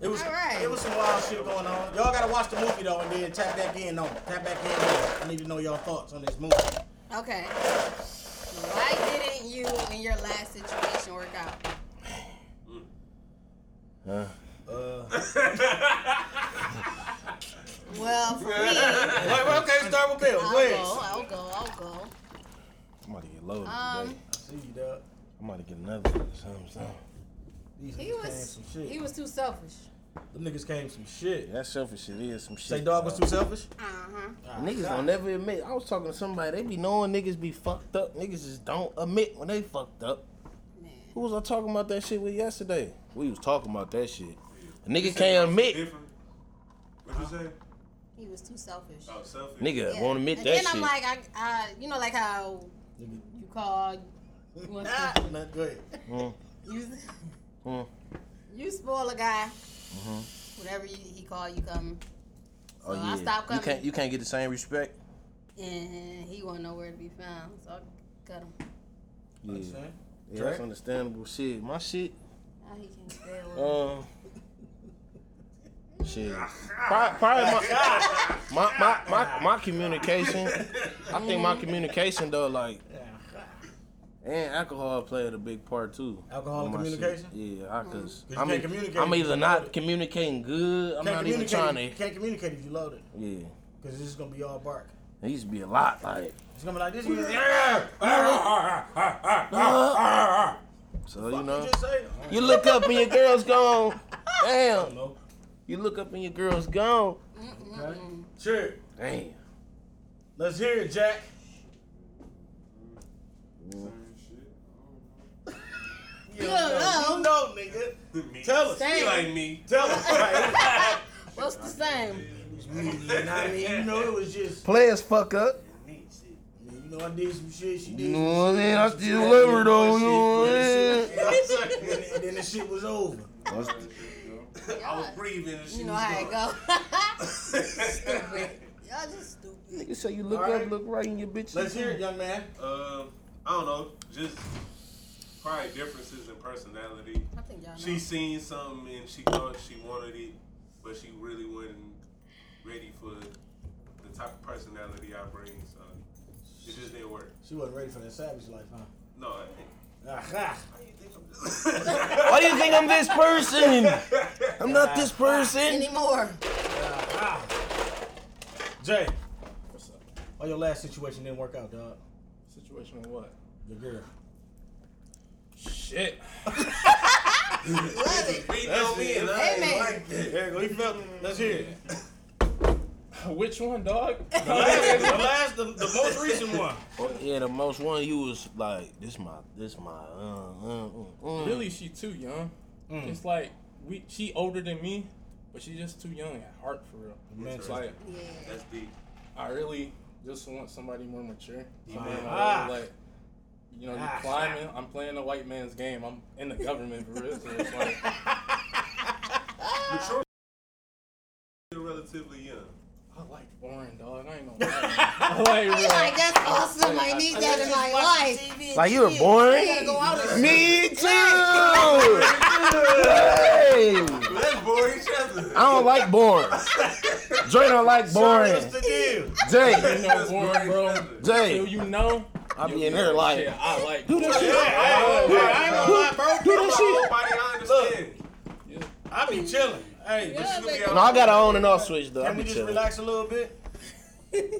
D: It was
H: All right.
D: it was some wild shit going on. Y'all gotta watch the movie though and then tap back in on it. Tap back in on it. I need to know y'all thoughts on this movie.
H: okay. Why didn't you in your last situation work out?
D: Uh. [laughs]
H: Well, for me, I'll
D: Wait, wait, okay, start with Bill.
H: go,
D: Please.
H: I'll go, I'll go.
F: I'm about to get loaded
H: Um,
F: today.
D: See you, dog.
F: I'm about to get another something. something.
D: These
H: He
D: niggas
H: was,
D: came some shit.
H: he was too selfish.
D: Them niggas came some shit.
F: Yeah, that selfish shit is some shit.
D: Say dog was too selfish?
H: Uh huh.
F: Niggas don't never admit. I was talking to somebody. They be knowing niggas be fucked up. Niggas just don't admit when they fucked up.
H: Man.
F: Who was I talking about that shit with yesterday? We was talking about that shit. A nigga can't admit.
G: Different. What you say?
H: He was too selfish.
G: Oh, selfish.
F: Nigga won't admit
H: and
F: that
H: then
F: shit.
H: I'm like, I, I, you know, like how you called, you want
D: Ah,
H: to,
D: [laughs] nah, go ahead.
H: you,
F: Mm.
H: you spoil a guy. Whatever you, he called you come,
F: Mm-hmm. oh
H: so
F: yeah.
H: I stopped
F: you
H: coming.
F: can't. You can't get the same respect.
H: and he wasn't nowhere to be found, so I cut him.
F: Yeah.
D: Understand?
F: yeah that's understandable shit. My shit.
H: Now he can't [laughs] stay with me.
F: Um. Shit. Probably, probably my, my, my, my, my communication. I think my communication though, like, and alcohol played a big part too.
D: Alcohol and
F: on my shit.
D: communication? Mm-hmm.
F: Yeah, I cause
D: you
F: I'm,
D: can't
F: e-
D: communicate
F: I'm
D: if you
F: either
D: loaded.
F: not communicating good.
D: Can't
F: I'm not even
D: communicate-
F: trying to.
D: Can't communicate if you loaded.
F: Yeah.
D: Because this is gonna be all bark.
F: It used to be a lot like.
D: It's gonna be like this. You just, "Arr!"
F: So you
D: you
F: know,
D: just say,
F: you look up and your girl's gone. Damn. You look up and your girl's gone.
D: sure.
F: Damn.
D: Let's hear it, Jack.
H: You don't know.
D: You know, nigga. Tell us.
H: Same.
G: Like me. [laughs]
D: Tell us. Right?
H: What's the same?
D: you know what I mean? You know, it was just.
F: Players fuck up.
D: You know, I did some shit. She
F: You
D: did.
F: know
D: some
F: what I mean? I still love her though. You know what I mean?
D: shit. and, and then the shit was over.
G: I was breathing and she
H: You know
G: was
H: how it
G: gone.
D: [laughs]
G: [laughs]
H: go. stupid. [laughs] Y'all just stupid.
F: You say you look
D: Alright.
F: up, look right in your bitch.
D: Let's hear it, young man.
G: Um, I don't know, just probably differences in personality.
H: I think y'all know.
G: She seen something and she thought she wanted it, but she really wasn't ready for the type of personality I bring. So it just didn't work.
D: She wasn't ready for that savage life, huh?
G: No, I [laughs]
D: Aha.
F: Why do you think I'm this person? I'm not this person.
H: Anymore.
D: Jay,
E: What's up?
D: why your last situation didn't work out, dog?
E: Situation with what?
D: Your girl.
E: Shit.
H: Love it.
G: think. That's me and I
H: Amen.
D: There you go. He felt. Let's hear it.
E: Which one, dog?
D: [laughs] The last, the, last the, the most recent one.
F: Oh, yeah, the most one you was like, this my, this my, uh, uh, uh, uh.
E: really, she too young.
D: Mm.
E: It's like we. She older than me, but she just too young at heart for real.
D: Mm.
E: It's like
H: Yeah.
G: That's deep.
E: I really just want somebody more mature. Somebody
D: Ah.
E: more, like, you know, you
D: Ah.
E: climbing. I'm playing the white man's game. I'm in the government for real. So it's like,
D: [laughs]
E: I
G: Mature. You're relatively young.
E: like boring, dog. I ain't no.
D: [laughs]
E: I like real.
H: He like, that's awesome. I need that in my life.
F: Like you were born.
H: gotta go out [laughs] and
F: Me too.
D: [laughs]
F: Hey.
G: Let's bore each [laughs] other.
F: I don't like boring. Dre don't like boring.
D: What's the deal?
E: You
F: Jay,
E: know, boring, bro. Till
F: Jay,
E: you know,
F: I
E: you
F: be in
E: know,
F: here like,
E: shit, I like.
F: do this shit.
D: Hey, hey, I ain't gonna lie, bro.
F: Do this shit.
G: Nobody understand. [laughs]
D: I be chilling. Hey, but
H: Yeah,
D: you look
H: baby.
D: at
F: No, I got an on and off switch though. I
D: Can
F: be
D: we just
F: chilling.
D: relax a little bit?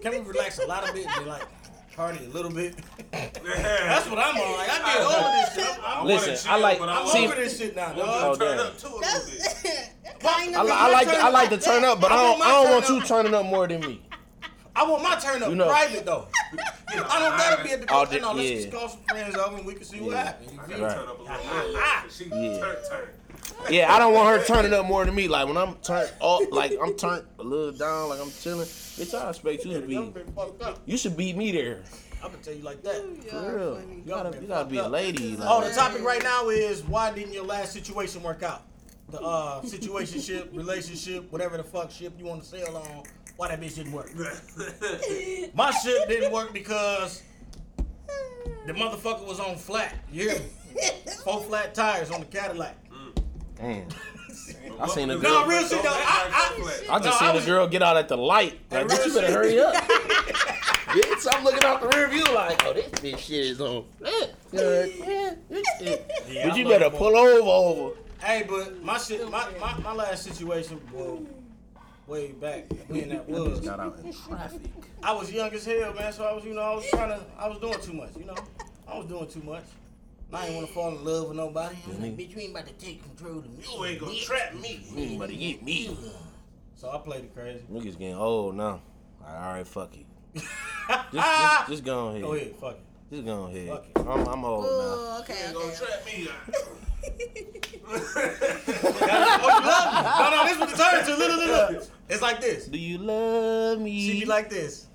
D: Can we relax a lot of bit? Be like, party a little bit. That's what I'm on. Like, I did all of this shit. I'm,
F: Listen,
G: chill,
F: I like.
G: but I
D: I'm
F: See,
D: over this shit now,
F: Oh,
D: dog.
G: Turn
F: damn.
G: up to a little
H: [laughs]
G: bit.
H: That's kind
F: I,
H: of.
F: li- I like. I like to turn
H: [laughs]
F: up, but I don't. I don't want you turning up more than me.
D: I want my turn up
F: You know.
D: private though. I don't gotta be at the
F: All
D: club.
F: day-
D: No, let's
F: yeah.
D: just call some friends over and we can see what
F: Yeah.
D: happens. You
G: I
D: feel
G: gotta
D: me?
F: Right.
G: turn up a little
D: Ah,
G: more. Yeah. She turn, turn. [laughs]
F: Yeah, I don't want her turning up more than me. Like when I'm turned up, like I'm turned a little down, like I'm chilling. Bitch, I expect you to
D: Y'all
F: be.
D: been fucked up.
F: You should beat me there.
D: I'm gonna tell you like that.
F: For real. You gotta, you gotta be a lady.
D: Oh, the
F: Like,
D: topic right now is why didn't your last situation work out? The uh, situationship,
F: [laughs]
D: relationship, whatever the fuck ship you want to sail on, why that bitch didn't work? My ship didn't work because the motherfucker was on flat. You hear me? Four flat tires on the Cadillac.
F: damn. I seen a
D: No,
F: girl.
D: real shit though. I,
F: I just
D: no, I
F: seen
D: was-
F: a girl get out at the [laughs] light. Like,
D: real
F: bitch, you better
D: shit.
F: hurry up. [laughs] bitch, I'm looking out the rear view like, oh, this bitch shit is on. Good. Yeah, this shit.
D: I, yeah,
F: But
D: I
F: you
D: love
F: better
D: that
F: pull over, over.
D: Hey, but my shit, my, my, my last situation, well, way back when that was,
F: out in [laughs] traffic.
D: I was young as hell, man. So I was, you know, I was trying to, I was doing too much, you know, I was doing too much. And I didn't want to fall in love with nobody. I'm like, bitch, you ain't about to take control of me.
G: You ain't gonna trap me.
F: You better get me.
D: So I played it crazy.
F: Niggas getting old now. Like, all right, fuck [laughs] it. just, just, just go ahead.
D: Go ahead, fuck it.
F: Just go ahead.
D: Fuck it.
F: I'm, I'm old now.
H: Oh, okay.
G: You gonna
H: okay.
G: trap me.
D: No, no, this was the turn to. Look, look, [laughs] look, look. It's like this.
F: Do you love me?
D: She be like this.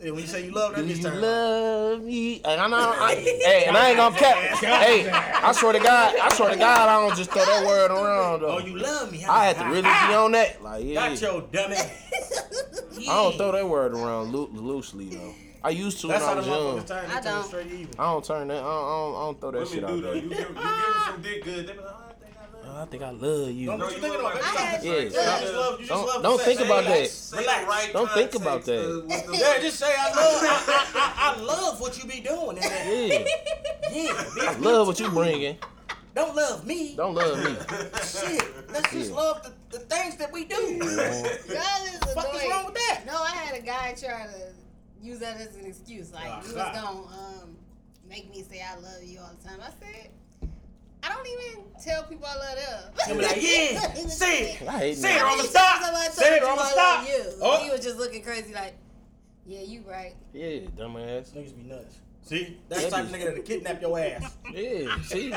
D: And when you say you love her,
F: Do
D: that bitch
F: you
D: turn. on.
F: love me? And I know,
D: [laughs]
F: I, hey, and I ain't gonna cap. Hey, I swear to God, I swear to God, I don't just throw that word around
D: Oh,
F: though.
D: you love me? huh?
F: I had to really be on that. Like, yeah,
D: Ah! Got your dummy.
F: I don't throw that word around loo- loosely though. I used to when
D: That's
F: I
D: how the
F: was young.
D: motherfuckers turn.
H: I
D: They turn
H: don't.
D: straight evil.
F: I don't turn that. I don't, I don't, I don't throw that
G: Women
F: shit out.
G: do though.
F: there.
G: You give, you
F: Uh,
G: give them some dick good. They be like, oh, I think I love
F: I think I love you.
D: Don't
G: No,
D: what you
G: you
D: thinking
G: look
D: about?
G: like-
D: baby?
H: I had
D: Stop it.
F: Yeah,
D: You
F: don't-
D: just love- you just
F: don't-
D: love
F: don't
D: sex.
F: think
D: Say
F: about
D: like-
F: that.
G: you. Say the
D: Relax.
G: right
F: Don't think about
G: context,
F: that.
G: uh,
D: [laughs]
G: with the- [laughs]
D: Yeah, just say I love. I, I, I, I love what you be doing. And that, [laughs]
F: Yeah,
D: yeah, bitch,
F: I love what you bringing.
D: Don't love me.
F: Don't love me.
D: Shit, let's just
F: Yeah.
D: love the, the things that we do.
H: God is
D: Fuck is
H: annoying.
D: wrong with that?
H: No, I had a guy try to use that as an excuse. Like he was
D: Ah.
H: gonna um, make me say I love you all the time. I said. I don't even tell people I love
D: They
H: them.
D: be like,
H: [laughs]
D: yeah, say it.
F: I
D: [laughs]
F: hate
D: Say it,
F: niggas.
D: I'ma stop.
H: Somebody told
D: Say it,
H: you
D: I'ma
H: I
D: stop.
H: love You.
D: Oh.
H: He was just looking crazy, like, yeah, you
D: [laughs]
H: right.
F: Yeah, dumbass.
D: Niggas be nuts. See, that's the type of nigga that'll kidnap your ass.
F: Yeah, see?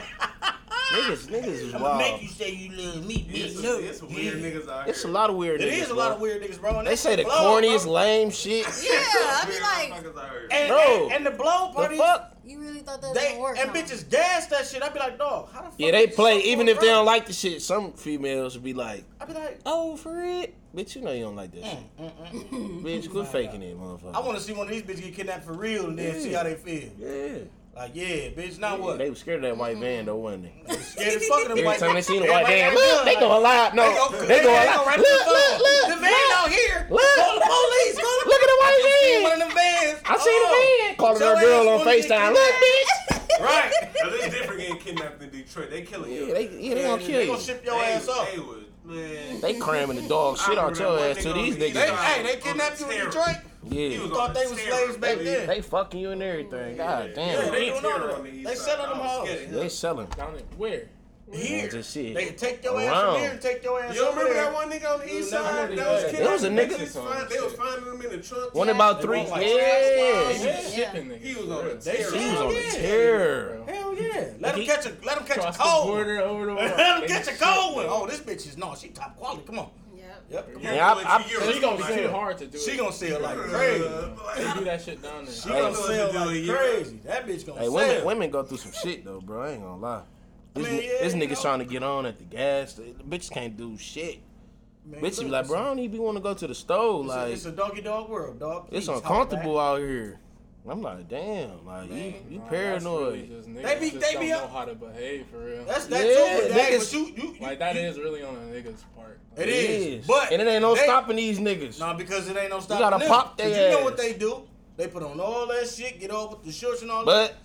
F: niggas, niggas is
D: I'ma make
F: wild.
D: you say you love me,
G: It's,
D: bitch.
G: a,
D: Look,
G: it's a weird
D: yeah.
G: niggas out here.
F: It's a lot of weird
D: It
F: niggas.
D: is a lot
F: bro.
D: of weird niggas, bro. and
F: They
D: that's
F: say the
D: blow, bro.
F: corniest, lame shit.
H: Yeah, I'd be
G: Weird
H: like,
G: motherfuckers out here.
D: And,
F: Bro.
D: and, and the blow
F: The
D: party,
F: fuck?
H: you really thought that
D: they
H: didn't work?
D: and
H: huh?" [laughs]
D: bitches gas that shit. I'd be like, dog, how the fuck?
F: Yeah, they
D: is
F: play,
D: this so
F: even
D: cool,
F: if they
D: bro?
F: don't like the shit, some females would be like,
D: I'd be like,
F: oh, for it. Bitch, you know you don't like
D: Mm,
F: that shit. Bitch, quit faking it, motherfucker.
D: Oh I want to see one of these bitches get kidnapped for real and then
F: Yeah.
D: see how they feel.
F: Yeah.
D: Like, yeah, bitch, now
F: Yeah,
D: what?
F: They was scared of that white van though, wasn't they?
D: scared as fuck of them
F: Every
D: white-
F: time they seen a
D: Everybody
F: white
D: got
F: van, look,
D: guns,
F: they
D: like,
F: going loud.
D: They
F: No,
D: go,
F: they going loud.
D: right to
F: Look,
D: the phone.
F: look, look.
D: The van
F: look.
D: out here.
F: Look.
D: Call the police. Call the
F: Look at the
D: I just
F: white
D: seen
F: van.
D: One of them vans.
F: I seen the van. Calling
D: Your
F: her girl
D: ass
F: on
D: wanna get
F: FaceTime. Look, bitch.
D: kidnapped. Right.
G: Now, it's different getting kidnapped in Detroit. They killing you.
F: Yeah, they, yeah, they gonna
D: They
F: kill
D: gonna
F: you.
D: ship your ass up.
G: They would, man.
F: They cramming the dog shit out your ass to these
G: They-
D: They,
F: niggas.
D: hey, they kidnapped you in Detroit?
G: He was
F: Yeah.
D: Thought
G: on the
D: they was
G: terror,
D: slaves back
G: baby.
D: then.
F: They fucking you and everything. God
D: Yeah,
F: damn.
D: they
G: Terror
D: doing all
G: on
D: that.
G: the east
D: They
G: side.
D: selling them
G: I was
D: hoes.
G: scared.
F: They selling.
E: Down in where?
D: Here.
F: Just
D: They
F: shit.
D: take your ass
F: Around.
D: from here and take your ass
G: You don't
D: over
G: remember
D: there.
G: that one nigga on the east
D: never
G: side?
D: really
G: That
E: had
G: was
E: it.
G: kidnapped.
F: There was a nigga-
G: They was finding- They was finding him in the trunk.
F: One about three.
D: They want like-
F: Yeah.
E: They was shipping niggas.
G: He was on the
D: They
G: terror.
D: shit.
F: He was
G: [laughs]
F: on
D: Yeah.
F: the tear.
D: Hell yeah. Let them
F: he-
D: catch a let them catch
E: Cross
D: a
E: the
D: cold. one.
E: border over
D: [laughs]
E: the
D: Let
E: wall.
D: them catch a cold one. Oh, this bitch is no, she top quality. Come on.
H: Yep.
D: [laughs] Yep. Come on.
G: You're
F: Yeah, I-
G: going
F: I-
G: to Europe.
E: She gonna sell hard to do it.
D: She gonna sell like
G: Uh,
D: crazy.
E: They do
F: [laughs]
G: like-
E: that shit down there.
D: She gonna
G: Hey.
D: sell like
G: Yeah.
D: crazy. That bitch gonna
F: Hey,
D: sell.
F: women, women go through some shit though, bro. I ain't gonna lie. This,
D: Man,
F: ni-
D: yeah,
F: this
D: you
F: nigga's
D: know.
F: trying to get on at the gas. sta- The bitches can't do shit.
D: Man,
F: Bitches be
D: look,
F: like, bro, I don't even want to go to the store.
D: It's, a-
F: Like,
D: it's a doggy dog world, dog.
F: it's
D: Please,
F: uncomfortable
D: holla
F: out here. I'm like, damn, like you, you
E: Nah, that's really
F: paranoid.
E: just niggas
D: They be-
E: just
D: they
E: don't
D: be
E: know
D: up-
E: how to behave for real.
D: back. That's that
F: Yeah,
D: too. But, hey,
F: niggas-
D: but you, you, you
E: like that
D: you,
E: is really on a nigga's part. Like,
D: It
F: It
D: is,
F: is.
D: but
F: and it ain't no
D: they-
F: stopping these niggas.
D: No, because it ain't no stopping.
F: gotta
D: them.
F: pop
D: 'Cause
F: they
D: You know what
F: ass.
D: they do? They put on all that shit, get off with the shorts and all
F: but
D: that.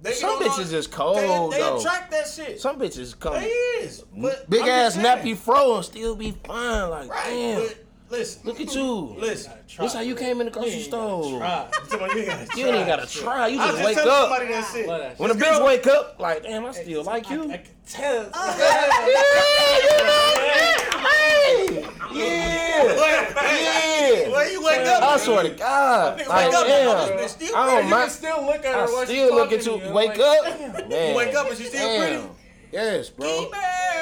D: They get
F: some
D: on all-
F: bitches is cold
D: They, they
F: though.
D: attract that shit.
F: some bitches come
D: they is. But
F: big
D: I'm
F: ass
D: just
F: nappy
D: saying.
F: fro and still be fine. Like,
D: Right.
F: damn,
D: But listen,
F: look at you.
D: listen.
E: try,
F: This how you
E: bro.
F: came in the
E: You
F: grocery
E: ain't gotta
F: store.
E: try.
D: Somebody, you ain't gotta
F: [laughs] You ain't even
D: try.
F: gotta try. You
D: I
F: just
D: just
F: wake
D: tell
F: up.
D: somebody that's it.
E: Love that
F: When
E: shit.
F: a bitch wake up, like, damn, I still like you.
E: I, I can tell.
F: [laughs]
D: Ah.
F: yeah, you know, yeah, yeah, yeah.
D: Well, you wake up.
F: I swear to God,
D: Nigga,
F: like,
D: wake up.
F: damn,
D: This bitch still
F: I
E: you
F: don't
E: can
F: mind.
E: still look
F: I
E: at her. while she
F: still look
E: talking
F: at
E: to
F: you.
E: I'm
F: Wake
E: like,
F: up, man.
D: wake up and she still
F: Damn.
D: pretty.
F: Yes, bro.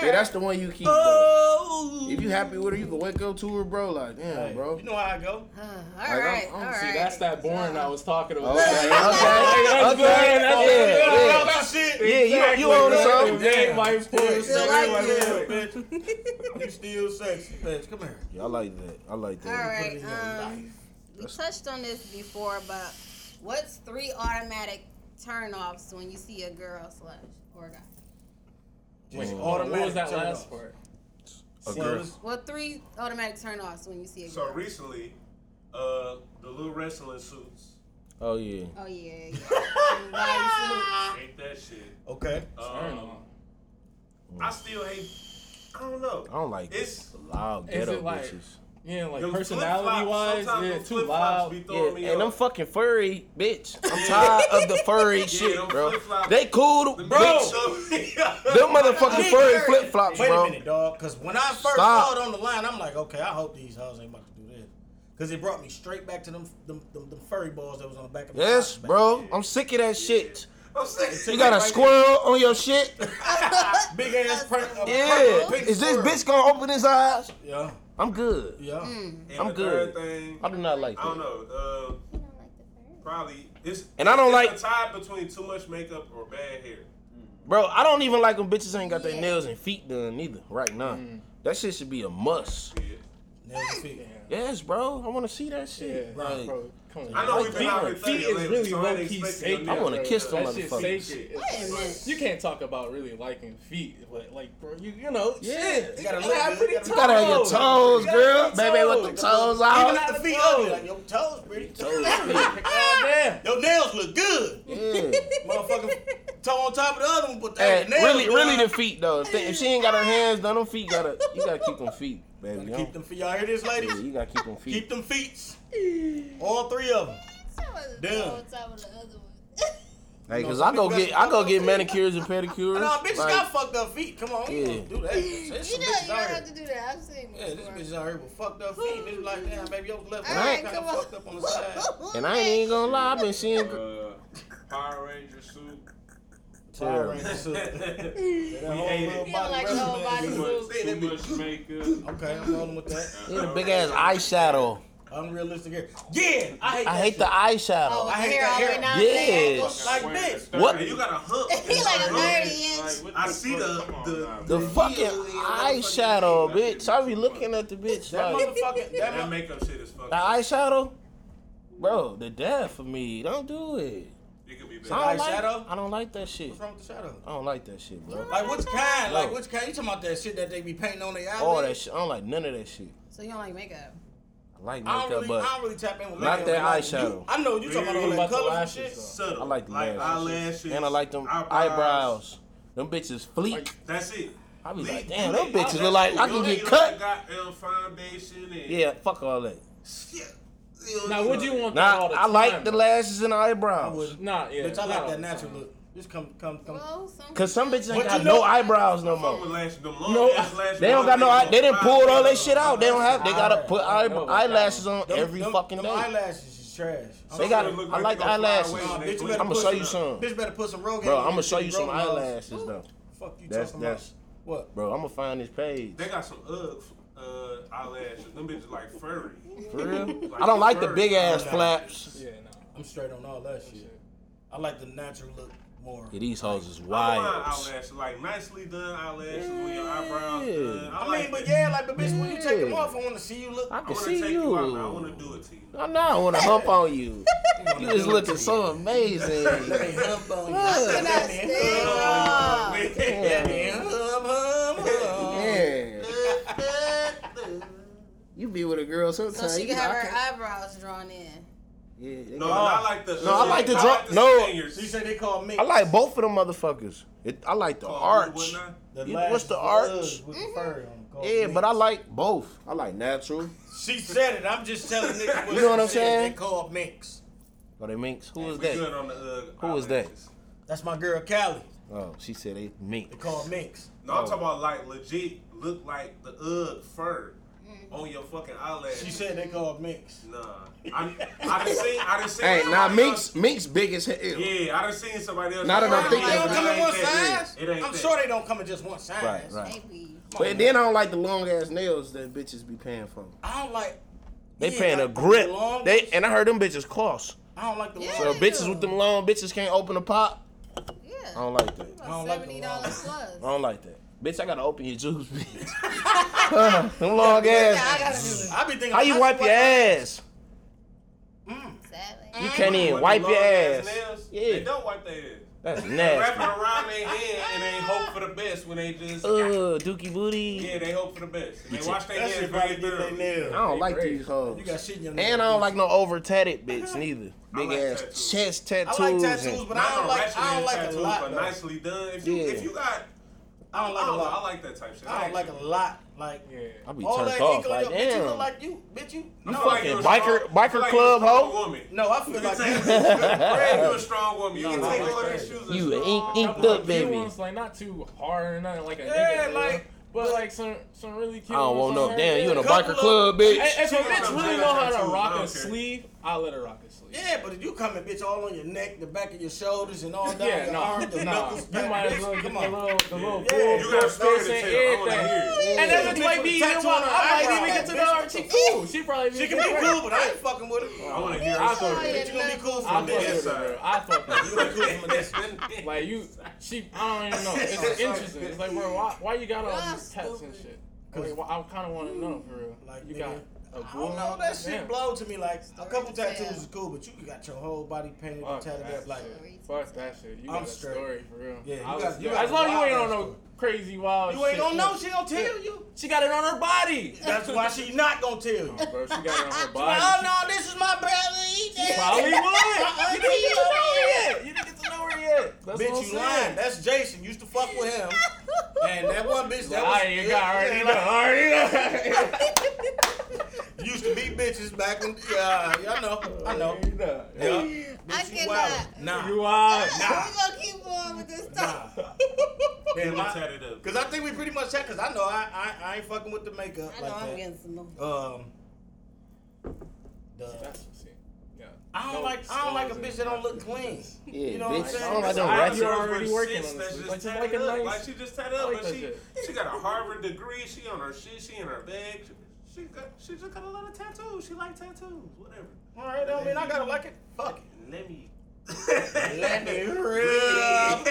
F: Yeah, that's the one you keep. Though.
D: Oh.
F: If you happy with her, you can wake up to her, bro. Like, damn,
D: Hey,
F: bro.
D: You know how I go.
H: Uh,
F: I
H: all
F: don't-
H: right,
F: I
H: all
F: don't
H: right.
E: See, that's that boring I was talking about.
F: Okay, okay, okay. Yeah, yeah. Yeah, you- you own the song.
E: Yeah, my point.
H: Still like you.
D: bitch. You still sexy, bitch. Come here.
F: Yeah, I like that. I like
H: All
F: that.
H: right. Um, we touched on this before, but what's three automatic turnoffs when you see a girl slash or guy?
D: Just
E: What
D: automatic
E: was that
D: turn
E: last
D: off.
E: part?
F: A
D: So
F: girl.
D: it's-
H: What three automatic turnoffs when you see a girl?
G: So recently, uh, the little wrestling suits.
F: Oh yeah.
H: oh yeah.
D: [laughs]
H: yeah.
G: Ain't that shit.
F: Oh,
D: Okay.
E: Turn
G: Um,
E: on.
G: I still hate. I don't know.
F: I don't like
G: It's-
F: loud ghetto
E: it like-
F: bitches.
E: Yeah, like
G: Them
E: personality wise,
G: flip-flops, sometimes
E: yeah,
G: them
E: too
G: flip-flops
E: loud.
G: Be throwing me
F: Yeah, and them
G: off.
F: fucking furry, bitch. I'm tired of the furry
G: them
F: shit, bro.
G: flip-flops.
F: They cool,
G: The
F: bro.
G: [laughs]
F: Bitch.
G: bitch-
F: Them motherfucking furry flip flops,
D: Wait
F: bro.
D: a minute, dog. Because when I first
F: Stop.
D: saw it on the line, I'm like, okay, I hope these hoes ain't about to do this. Because it brought me straight back to them them, them, them furry balls that was on the back of my
F: Yes,
D: back.
F: bro. I'm sick of that shit.
G: I'm saying-
F: You got a
D: Right
F: squirrel on your shit?
D: Big ass per- uh,
F: Yeah.
D: purple pink
F: Is this
D: squirrel.
F: bitch gonna open his eyes?
D: Yeah,
F: I'm good.
D: yeah.
G: And
F: [laughs] I'm
G: the third
F: good.
G: Thing,
F: I do not like
G: I don't
F: that.
G: know. Uh, probably it's
F: And I don't
G: it's
F: like-
G: a tie between too much makeup or bad hair.
F: Bro, I don't even like when bitches ain't got their
H: Yeah.
F: nails and feet done neither right now.
D: Mm.
F: That shit should be a must.
G: Yeah.
D: Never fit.
F: Yes, bro. I wanna see that
E: Yeah,
F: shit.
E: bro,
F: Like,
E: bro, come on.
G: I know
E: Like,
G: we've been
E: feet-
G: hopping
E: Feet is
G: 30
E: really
G: trying to
E: low key
G: expect
E: sacred.
G: your
F: I wanna
E: bro.
F: kiss them
E: That shit
F: motherfuckers.
E: sacred.
H: Wait a minute.
E: You can't talk about really liking feet, but like, bro, you you know,
F: Yeah.
E: shit.
D: You gotta
E: You
D: look
E: gotta have
D: good.
E: pretty
D: You
E: toes.
F: you gotta have your toes, girl. Baby, with the toes
D: Even
F: out.
D: at the feet, ugly, like your toes pretty.
F: Toes, feet.
E: Goddamn.
D: Your nails look good. [laughs]
F: Yeah.
D: Motherfucking toe on top of the other one, but
F: Hey,
D: that nail
F: really,
D: gun,
F: really the feet though. If, they- if she ain't got her hands done, them feet gotta. You gotta keep them feet, baby.
D: Gotta
F: You
D: Keep
F: don't-
D: them feet. Y'all hear this,
F: yeah,
D: ladies?
F: you gotta keep them feet.
D: Keep them feet. All three of them. Damn.
H: Damn. On top of the other
D: [laughs]
H: one.
F: Hey, cause I go get I go get manicures and pedicures.
D: No, bitches
F: like,
D: got fucked up feet. Come on, you
F: Yeah.
D: don't do that. There's
H: you
D: some
H: know
D: bitches
H: you don't
D: out
H: have
D: here.
H: to do that. I've seen
D: Yeah, this
H: before.
D: bitch out here with fucked up feet. Bitch like, damn, baby, your left
H: All
D: leg
H: right,
D: kind
H: come
D: of fucked up on the
H: [laughs]
D: side.
H: on.
F: and I ain't even gonna lie, I've been seeing.
G: Uh, Power Ranger [laughs] suit.
D: Power
F: [laughs]
D: Ranger suit.
G: We ate it.
H: He don't like the whole body
G: Too much,
H: suit.
G: too much makeup.
D: Okay, I'm rolling with that.
F: Yeah, the big ass eyeshadow.
D: Unrealistic hair. Yeah, I hate
F: I
D: that
F: hate the
H: Oh,
F: eyeshadow.
H: I
D: I hate
H: hair
D: that
H: all the
D: hair.
H: way down
F: Yeah.
H: there.
D: shit. Like, bitch.
F: What?
G: You got a hook.
H: [laughs] He like a nerdy inch.
G: I see the the.
F: The fucking eyeshadow, bitch. I be looking at the bitch
D: That
F: like
D: motherfucker. That
G: That
H: [laughs]
D: mother-
G: makeup shit is fucked.
F: the eyeshadow, bro. The death for me. Don't do it.
G: It could be
F: I
G: better.
F: don't like.
D: Eyeshadow?
F: I don't like that shit.
D: What's wrong with the shadow?
F: I don't like that shit, bro.
D: Like, which kind? Like,
F: No.
D: which kind? You talking about that shit that they be painting on their eyelids?
F: All that shit. I don't like none of that shit.
H: So you don't like makeup.
F: I like
D: I don't,
F: makeup,
D: really, I
F: but
D: don't really tap in with
F: Not
D: makeup,
F: that
D: like,
F: eyeshadow.
D: you- I know you talking about all that
E: About the
D: color
E: lashes,
D: shit.
E: though.
G: Subtle.
F: I like the
G: like
F: lashes.
G: eyelashes.
F: And I like them
G: eyebrows.
F: eyebrows. Them bitches fleek.
G: That's it.
F: I be like,
G: Leave-
F: damn,
G: leave-
F: them bitches look like I
G: You
F: can
G: know
F: get
G: you
F: cut.
G: Got um, foundation and
F: Yeah, fuck all that.
G: shit. You know,
E: Now,
G: you
E: would
G: know.
E: you want that
F: Nah,
E: all the
F: I like
E: time,
F: the
E: though?
F: lashes and eyebrows.
E: Nah, yeah.
D: Bitch, I
E: not
D: like
E: all
D: that
E: the
D: natural
E: time.
D: look. Just come, come, come.
H: Well, some
F: Cause some bitches
D: But
F: ain't got
D: you
F: no
D: know-
F: eyebrows no
G: Fuck with
F: more.
G: lashes, them long
F: No,
G: ass lashes,
F: they don't
G: them
F: got no. eye-
G: lashes
F: They didn't
G: on
F: pull all
G: fire.
F: that shit out. They don't have. They gotta put eye,
E: know about that.
F: eyelashes on
D: Them-
F: every
D: them-
F: fucking
D: them
F: day.
D: eyelashes is trash. I'm sorry.
F: They got.
G: They look
F: I like the
G: they gonna fly
F: eyelashes,
G: away when they
D: Bitch, you
G: blink.
D: better
F: I'ma
D: put
F: show you some.
D: Bitch, better put some Rogaine.
F: bro.
D: in
F: I'm gonna
D: this
F: show
D: shit,
F: you some
D: grow nose.
F: eyelashes though,
D: Fuck you
F: That's-
D: talking about.
F: that's-
D: What?
F: bro. I'm gonna find this page.
G: They got some Ugg uh, eyelashes. Them bitches like furry.
F: For real. I don't like the big ass flaps.
E: Yeah,
D: I'm straight on all that shit. I like the natural look more.
F: Yeah, these hoes is
G: I want
F: wild.
G: eyelashes, like nicely done eyelashes with your eyebrows
F: Yeah.
G: done. I,
D: I
G: like
D: mean, but
G: that.
D: yeah, like, but bitch, when you take them
F: Yeah.
D: off, I want to see you look.
F: I
G: I
F: can
G: want
F: see
G: to take you. out, man. I
F: you.
G: want to do it to you.
F: I know. I want to hump on you. You just looking so amazing.
D: Hey, hub on you.
F: Yeah.
H: Cannot
G: [laughs]
H: stand up.
D: Yeah, hub, hub, hub.
F: Yeah. You be with a girl
H: So
F: sometimes.
H: she
F: you
H: can
F: be
H: have
F: like,
H: her
F: "I
H: eyebrows drawn in.
F: can't-" Yeah, they
G: No,
F: got-
G: I like the.
F: No, I like the drum-
G: the
F: no.
G: stingers.
D: [laughs] She said they call me.
F: I like both of them motherfuckers. It, I like the
G: Oh,
F: arch.
G: whatnot?
D: The
F: You-
D: lashes,
F: what's the
D: Uggs
F: arch?
D: With the fur on, called
F: Mm-hmm. Yeah,
D: me.
F: but I like both. I like natural.
D: She said it. I'm just telling
F: [laughs]
D: niggas what
F: You know what
D: she
F: I'm
D: said.
F: saying?
D: They called minks.
F: Oh, they minx. Who
G: We
F: is
G: good
F: that?
G: on the Ugg.
F: Who is that?
G: eyelashes.
D: That's my girl Callie.
F: Oh, she said they minx.
D: They called minks.
G: No,
F: Oh.
G: I'm talking about like legit look like the Ugg fur on your fucking eyelash.
D: She said they called minks.
G: Nah, I, I done seen, I done seen.
F: Hey, now
G: somebody
F: minx, minx big as hell.
G: else- Yeah, I done seen somebody else.
F: Not enough
G: It
F: thick.
G: ain't
D: They don't come in one
G: that.
D: size.
G: It ain't
D: I'm
G: that.
D: sure they don't come in just one size.
F: Right, right.
H: Maybe.
F: But then I don't like the long ass nails that bitches be paying for.
D: I don't like.
F: They
D: Yeah,
F: paying a
D: like the
F: grip.
D: long
F: They
D: ones.
F: and I heard them bitches cost.
D: I don't like the
H: Yeah.
F: So
D: long.
F: bitches with them long bitches can't open a pop.
H: Yeah.
F: I don't like that.
H: About
D: I don't like the
H: Seventy dollars plus.
F: [laughs] I don't like that. Bitch, I gotta open your juice, bitch. [laughs] them long ass.
H: I gotta do it.
D: I be thinking.
F: How you
D: I
F: wipe
D: swear-
F: your ass?
H: Sadly.
F: You can't even
G: With
F: wipe
G: the
F: your
G: long-ass
F: ass.
G: nails, They
F: Yeah,
G: don't wipe their ass.
D: [laughs]
F: that's
G: Wrapping
F: nasty.
G: around their head and they hope for the best when they just.
F: Ugh, dookie booty.
G: Yeah, they hope for the best. And they wash their
D: That
G: hands
D: shit probably
G: very
D: did their
G: thoroughly.
F: I
D: nail.
F: don't like these
D: You got
F: hoes.
D: shit in your
F: And I don't like no over tatted bitch neither. Big
G: like
F: ass
G: tattoos.
F: chest
D: I
F: tattoos.
D: like tattoos,
F: and-
D: but I don't like. I don't like a lot.
G: But
D: though.
G: nicely done. If you,
F: Yeah.
G: if you got,
D: I don't like a
G: know, I
D: lot.
G: like that type shit.
D: I don't like a lot. Like
E: yeah.
F: I be
D: all that
F: turned
D: ink
F: off.
D: on
F: Like
D: your bitch. You look like you, bitch.
F: damn.
D: You.
G: I'm
D: No,
F: fucking biker- biker club hoe?
D: no. I feel like that.
G: You're a strong woman. You can
D: No,
G: take
D: no,
G: all
D: no.
G: these shoes.
F: You
G: and-
F: ain't inked
E: Like,
F: up,
E: cute
F: baby.
E: ones, like not too hard or nothing, like a
D: Yeah,
E: nigga.
D: like-
E: but like some some really cute.
F: I don't want
E: ones on
F: no
E: her,
F: damn. You in a
E: yeah.
F: biker club, bitch.
E: Hey, If a bitch really know how
G: Tattoos,
E: to
G: I
E: rock
G: don't care.
E: a sleeve, I'll let her rock a sleeve.
D: Yeah, but if you coming, bitch, all on your neck, the back of your shoulders, and all down
E: Yeah,
D: your
E: no,
D: arms, the
E: no.
D: knuckles,
E: You
D: back,
E: might as
D: bitch,
E: well get
D: come
E: the
D: on.
E: little, the little
D: Yeah.
E: full
D: You
G: got a
E: force
G: story to
E: piercing,
G: tell. I wanna
E: everything.
G: hear it.
E: And
D: Yeah.
E: that bitch might be
D: Tattoo
E: even
D: on
E: want.
D: her
E: I might
D: eyebrow.
E: even get to the
D: Bitch,
E: arm. She cool. She probably.
D: She
E: be
D: can be
E: great.
D: cool, but I ain't fucking with her.
G: I want to hear
E: I
G: her
E: fuck
G: story.
E: with
D: Bitch, you gonna be cool
E: I
D: from
E: fuck with
D: this.
E: her. bro. I fuck with
D: You
E: her.
D: gonna be cool from
G: [laughs]
D: this.
E: Like you, she. I don't even know. It's interesting. It's like, bro, why, why you got all these tats and shit? Like, well, I kind of want to know for real.
D: Like,
E: you got
D: nigga,
E: a
D: I don't
E: bull.
D: know, that shit
E: Damn.
D: blow to me. Like, a couple
H: Storytell.
D: tattoos is cool, but you got your whole body painted and
E: Fuck
D: tatted
E: that
D: up. Like, [laughs]
E: shit. Fuck that shit. You got
D: I'm
E: a
D: straight.
E: story for real.
D: Yeah, you
E: I was-
D: got- you
E: yeah,
D: got
E: as long as you ain't
D: wild
E: on no
D: story.
E: crazy wild.
D: you ain't
E: shit,
D: gonna
E: yeah.
D: know. She don't tell you.
E: She got it on
D: [laughs]
E: her body.
D: That's why she not gonna tell you.
E: Bro, she got it on [laughs] her body.
D: Oh no, this is my brother. He did.
E: Probably would. You didn't get to know her yet. You didn't get to know her yet. That's
D: bitch,
E: what I'm
D: you lying.
E: saying.
D: That's Jason. Used to fuck with him.
H: [laughs]
D: And that one bitch that
E: All
D: was
E: right, you got
D: yeah,
E: already
D: yeah,
E: know. Already know.
D: used to beat bitches back in yeah, yeah, I know. I know.
E: Already know.
D: Yeah.
H: I
D: Bitch, you
H: cannot.
D: wild. Nah.
E: You [laughs] are.
H: We're gonna keep on with this talk.
D: Man,
G: Let's
D: my,
G: add it up.
D: Cause I think we pretty much had. Cause I know I, I I ain't fucking with the makeup
H: [laughs] I know I'm
D: like that.
H: getting some.
D: Um. The,
E: That's see. Yeah.
D: I don't
E: No
D: like I don't like a
E: exposing.
D: bitch that don't look clean.
F: Yeah,
D: you know what I'm
F: bitch.
D: saying?
F: I don't like no
G: I
F: ratchet.
G: know
E: You're
G: girls
E: already
G: with
E: working
G: six
E: on
G: that's
E: this.
G: just
E: Like, just
G: tatted
E: like a
G: up.
E: nice-
G: Like, she just tatted
E: I
G: up,
E: like
G: but
E: that
G: she
E: shit.
G: she got a Harvard degree. She on her shit. She in her bag. She, she got she just got a lot of tattoos. She like tattoos. Whatever.
D: All right, I mean I gotta like it. Fuck it.
G: Let me.
D: Let me
G: [laughs]
D: rub.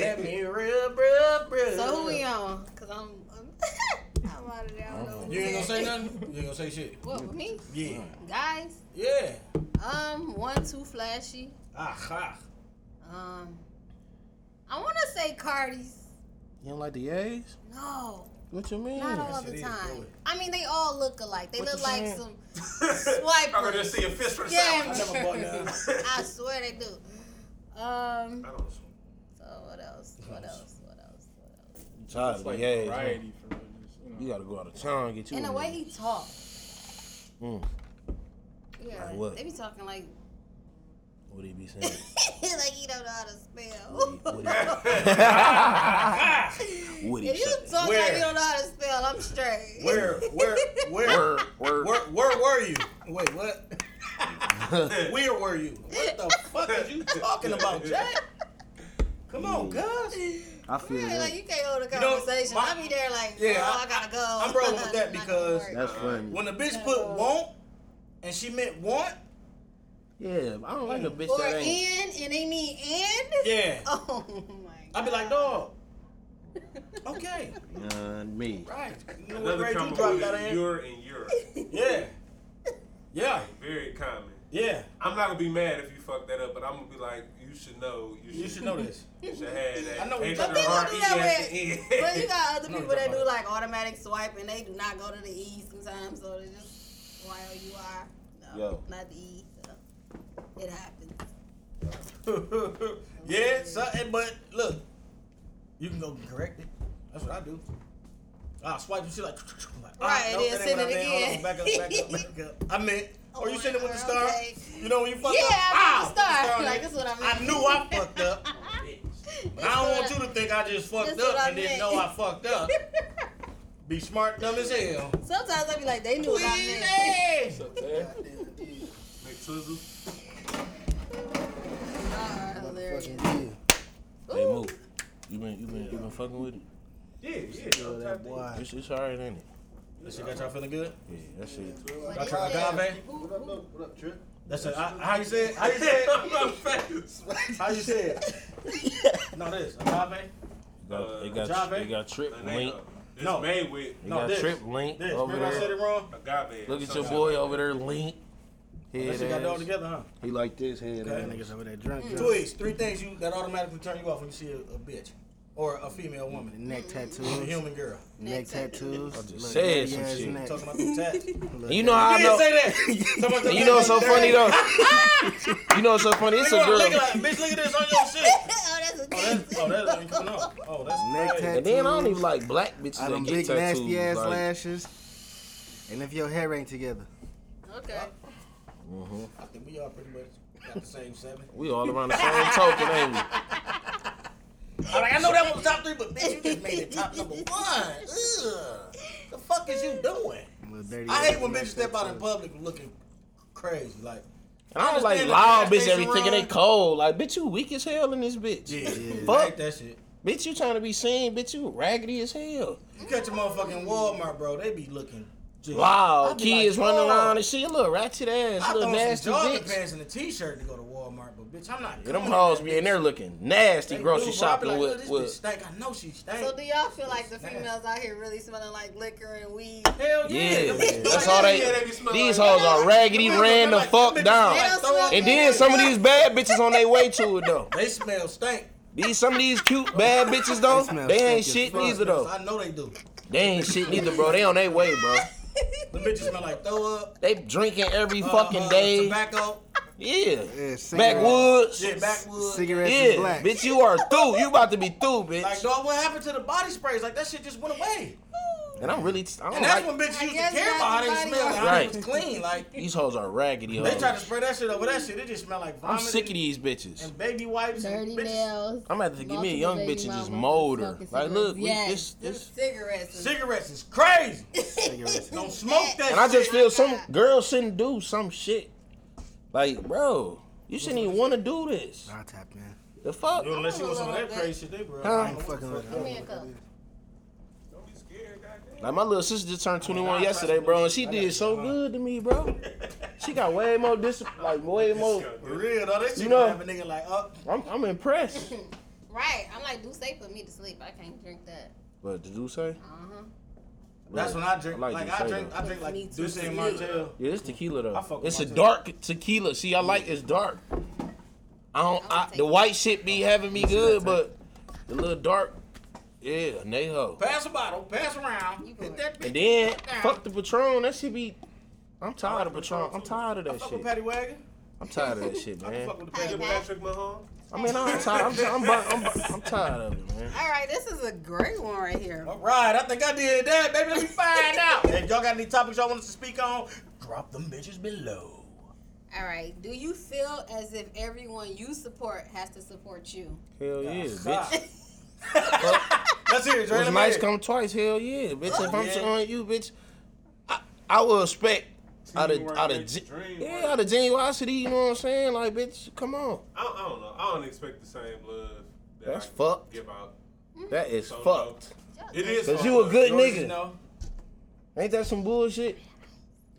D: Let me rub, rub, rub.
H: So who we on? Cause I'm, [laughs] I'm, I'm out of there. I don't know. what
D: You ain't gonna
H: to
D: say nothing. You ain't gonna say shit.
H: What with me,
D: Yeah.
H: guys?
D: Yeah.
H: Um, one too flashy.
D: Ah, ah.
H: Um, I want to say Cardi's.
F: You don't like the A's?
H: No,
F: What you mean?
H: not all the time. I mean, they all look alike. They look like some
F: [laughs]
G: I'm gonna
H: swipers.
G: just see a fist for a
H: Yeah,
G: second.
D: Never bought none.
H: [laughs] I swear they do. Um,
G: I don't
H: so what else? What else? What else? What else?
F: Tired
E: It's
F: of
E: like
F: the A's. huh?
E: variety for real, just, you know.
F: You gotta go out of town and get you.
H: And the
F: one.
H: way he talks.
F: Mm.
H: Yeah,
F: Like what?
H: they be talking like [laughs]
F: What he be saying?
H: like he don't know how to spell.
F: What
H: [laughs]
F: he, [laughs] what he,
H: If you
F: saying?
H: talk like
D: Where?
H: you don't know how to spell, I'm straight.
D: Where, where, where,
F: Word, word.
D: where, where were you? Wait, what? where were you? What the fuck are you talking about, Jack? Come on, Gus.
F: I feel
H: Yeah,
F: that.
H: like you can't hold a
D: You know,
H: conversation.
D: my-
H: I be there like,
D: Yeah,
H: oh, I,
D: I-
H: gotta go.
D: I'm rolling
H: [laughs]
D: with that
H: Not gonna
D: because-
H: work.
F: That's funny.
D: When a bitch put want and she meant want,
F: Yeah, I don't like a bitch
H: or
F: that ain't.
H: in and they mean in.
D: yeah,
H: [laughs] Oh my god.
D: I'd be like, dog. Okay,
F: Uh, me.
D: right. You know what
G: Another
D: Ray J
G: common
D: dropped
G: word
D: that
G: is
D: in?
G: you're in Europe.
D: Yeah, yeah,
G: Very common.
D: yeah.
G: I'm not gonna be mad if you fuck that up, but I'm gonna be like, you should know. You should,
D: You should
G: [laughs]
D: know this.
G: You should have that.
D: I know what you're
G: extra
H: But people
G: hard
H: do
G: E
H: that
G: at the
H: with,
G: end.
H: [laughs]
G: [laughs]
H: but you got other
D: No,
H: people that
D: nobody.
H: do like automatic swipe and they do not go to the E sometimes, so they just Y O U R. No,
F: Yo.
H: not the E. So it happens.
D: [laughs] yeah, something, but look, you can go correct it. That's what I do. I swipe and shit like, like ah,
H: Right,
D: nope,
H: and then
D: that ain't
H: send
D: what I meant.
H: it
D: Hold
H: again.
D: on, back up, back up, back up.
H: [laughs]
D: I meant, or you
H: Oh,
D: send it with the
H: okay.
D: star. You know when you fuck
H: Yeah,
D: up?
H: I meant the
D: ah,
H: star.
D: fuck
H: [laughs] Like, that's what I meant.
D: I knew I fucked
H: [laughs]
D: up. I don't want you to think I just fucked
H: That's what I
D: up and didn't
H: meant.
D: know I fucked
H: [laughs]
D: up. Be smart, dumb as hell.
H: Sometimes I be like, they knew what I meant.
D: Please.
E: So, there.
G: McTwizzle.
H: Ah, hilarious. [laughs]
F: Hey, Moo. You been, you been, you been fucking with it?
G: Yeah, yeah. I'm tapped
F: It's, it's alright, ain't it?
D: That shit got y'all feeling good?
F: Yeah, that shit.
H: Oh,
D: I tried agave.
H: Who- who-
D: That's it. I- How you say it? How you say
F: [laughs]
D: it? How you say it? No, this. Agave.
F: It got, it
D: Jave?
F: got, it got trip
G: in.
F: link.
G: It's
D: No.
G: made with
F: It
D: No,
F: got
D: this.
F: trip link
D: This.
F: over
D: Remember I said
F: there.
D: it wrong?
G: agave.
F: Look at your
G: Something
F: boy
G: like
F: over there, link.
D: That
F: Head
D: shit got it all
F: ass.
D: together, huh?
F: He like this head
D: Okay.
F: ass.
B: Niggas over there drunk. drunk.
D: Twigs, three things you that automatically turn you off when you see a, a bitch or a female woman,
B: Neck
D: a
B: tattoos. [laughs]
D: human girl.
B: Neck tattoos.
F: just said some shit.
D: Talking about the tat. You
F: And You know how I
D: didn't
F: know.
D: say
B: [laughs]
D: that. Talking about the
F: You know what's so
D: tat.
F: funny though?
D: [laughs]
F: You know what's so funny? It's a
D: Look, look
F: girl.
D: at that. Bitch, look at this on your shit.
B: [laughs]
H: Oh, that's
D: Oh, that's,
H: a
D: oh, that ain't coming up. Oh, that's
B: Neck
D: crazy.
B: tat-
F: And then I don't even like black bitches
B: All
F: that
B: them
F: get
B: big
F: tattoos.
B: nasty ass
F: like-
B: lashes. And if your hair ain't together,
H: [laughs] Okay.
D: I think we all pretty much got the same seven.
F: We all around
D: [laughs]
F: the same token, ain't we?
D: I, like, I know that was the top three, but bitch, you just made it top
F: [laughs]
D: number one. Ugh. The fuck is you doing?
B: little dirty.
D: I hate when
B: ass
D: bitches step out in
B: tattoos.
D: public looking crazy. Like,
F: And I was
D: I
F: like,
D: understand the
F: loud
D: gas
F: bitch,
D: station
F: everything and they
D: run.
F: cold. Like, bitch, you weak as hell in this bitch.
D: yeah, yeah.
F: Fuck.
D: Fuck that shit.
F: Bitch, you trying to be seen. Bitch, you raggedy as hell.
D: You catch a motherfucking Walmart, bro. They be looking. Just, I
F: Loud
D: be
F: kids
D: like,
F: running
D: "Oh,
F: around and shit. You Little ratchet ass,
D: I
F: little
D: throw
F: nasty
D: some jogging
F: bitch.
D: pants and a t-shirt to go to Walmart, but bitch, I'm not.
F: Yeah, them hoes be in there looking nasty
D: They do, bro. I
F: grocery
D: be
F: shopping
D: like,
F: with,
D: "Look, this bitch
F: with
D: stink. I know she stink.
H: So do y'all feel like the females out here really smelling like liquor and weed?
D: Hell
F: [laughs] yeah.
D: yeah. Them bitches [laughs]
F: That's
D: like-
F: all they.
G: Yeah, they be smelling
F: These
G: like-
D: [laughs]
F: hoes are raggedy,
D: Them bitches
F: ran the
D: like- them
F: fuck
D: bitches
F: down.
D: like throw up.
F: And then some of these bad bitches on their way to it though.
D: They smell stink.
F: These some of these cute bad bitches though,
B: They smell
F: they
B: stink
F: ain't
B: as
F: shit
B: fuck.
F: neither though.
D: I know they do.
F: They ain't shit neither, bro. They on their way, bro.
D: The bitches smell like throw up.
F: They drinking every
D: uh,
F: fucking
D: uh,
F: day.
D: Tobacco.
F: Yeah.
B: Yeah, cigarettes.
F: Backwoods.
D: Shit, backwoods.
B: Cigarettes is
F: Yeah,
B: black.
F: bitch, you are through. You about to be through,
D: Like,
F: bitch.
D: dog, what happened to the body sprays? Like, that shit just went away.
F: And I'm really, I don't
D: And that's
F: like,
D: when bitches
H: Oh, I
D: used to
H: guess
D: care about how they
H: everybody
D: smelled.
H: else-
D: How it was
F: Right.
D: clean. Like,
F: these hoes are raggedy
D: they tried to
F: hoes.
D: spray that shit over that shit. It just smelled like
F: I'm
D: vomit.
F: sick of these bitches.
D: And baby wipes.
H: Dirty
D: and bitches-
H: nails.
F: I'm about to give me a
H: multiple
F: young
H: baby
F: bitch and just
H: mamas
F: mold her.
H: smoking
F: Like, look, we,
H: cigarettes.
F: this, this.
H: Cigarettes. is-
D: Cigarettes is
H: [laughs]
D: crazy.
B: Cigarettes.
D: Don't smoke that
F: And I just
D: shit.
F: feel some girls shouldn't do some shit. Like, bro, you shouldn't even want to do this.
B: I tap in.
F: The fuck?
D: Unless you want some of that
H: Huh?
D: crazy shit, they bro.
B: I ain't fucking with
H: Give me a
B: it.
H: cup.
G: Don't be scared, goddamn.
F: Like my little sister just
D: Oh,
F: turned 21 yesterday, bro, and she did so good to me, bro. She got way more discipline, like way more.
D: [laughs] For real, though, that shit
F: You
D: you
F: know-
D: have a nigga like, up.
F: I'm, I'm impressed.
H: Right. I'm like, do say put me to sleep. I can't drink that.
F: But did you say?
H: Uh huh.
D: Mm-hmm. That's when I drink.
F: I like
D: Like, I
F: Ducey,
D: drink, I drink
H: Me
D: like
H: too.
D: Deuce and Martell.
F: Yeah, it's tequila
D: I fuck
F: though.
D: with
F: It's
D: my
F: a
D: too.
F: dark tequila. See, I like it's dark. I don't.
H: I
F: I,
H: would
F: the
H: take
F: white shit be having me good, but the little dark, yeah, neho.
D: Pass a bottle, pass around.
H: You
D: Hit
H: good.
D: that bitch.
F: And then
D: down.
F: fuck the patron. That should be. I'm tired of patron. I'm tired of
D: I
F: that
D: fuck with
F: shit.
D: Patty Wagon.
F: I'm tired
D: [laughs]
F: of that shit,
D: I
F: man.
D: fuck with the
H: Hey,
D: Patty
G: Is it
H: man.
D: Wagon.
G: Patrick Mahomes?
F: I mean, I'm tired. I'm, I'm, bu- I'm, bu- I'm tired of it, man.
H: All right. This is a great one right here.
D: All right, I think I did that, baby. Let me
H: [laughs]
D: find out. If y'all got any topics y'all want us to speak on, drop them bitches below.
H: All right. Do you feel as if everyone you support has to support you?
F: Hell yeah,
D: God.
F: bitch.
D: Let's hear it, Dre. Let
F: It's
D: me
F: nice
D: hear it.
F: come twice. Hell yeah, bitch. If I'm
D: Yeah.
F: showing you, bitch, I, I will expect out of
G: Teamwork
F: out of
G: makes
F: gen-
G: the dream work.
F: yeah out of genuosity. You know what I'm saying? Like, bitch, come on.
G: I don't, I don't know. I don't expect the same love. That
F: That's
G: I
F: fucked.
G: Give out.
F: That is
G: So
F: fucked.
G: It is.
F: Cause
G: fucked
F: you a
G: up.
F: good
D: Yours is
F: nigga.
D: No.
F: Ain't that some bullshit?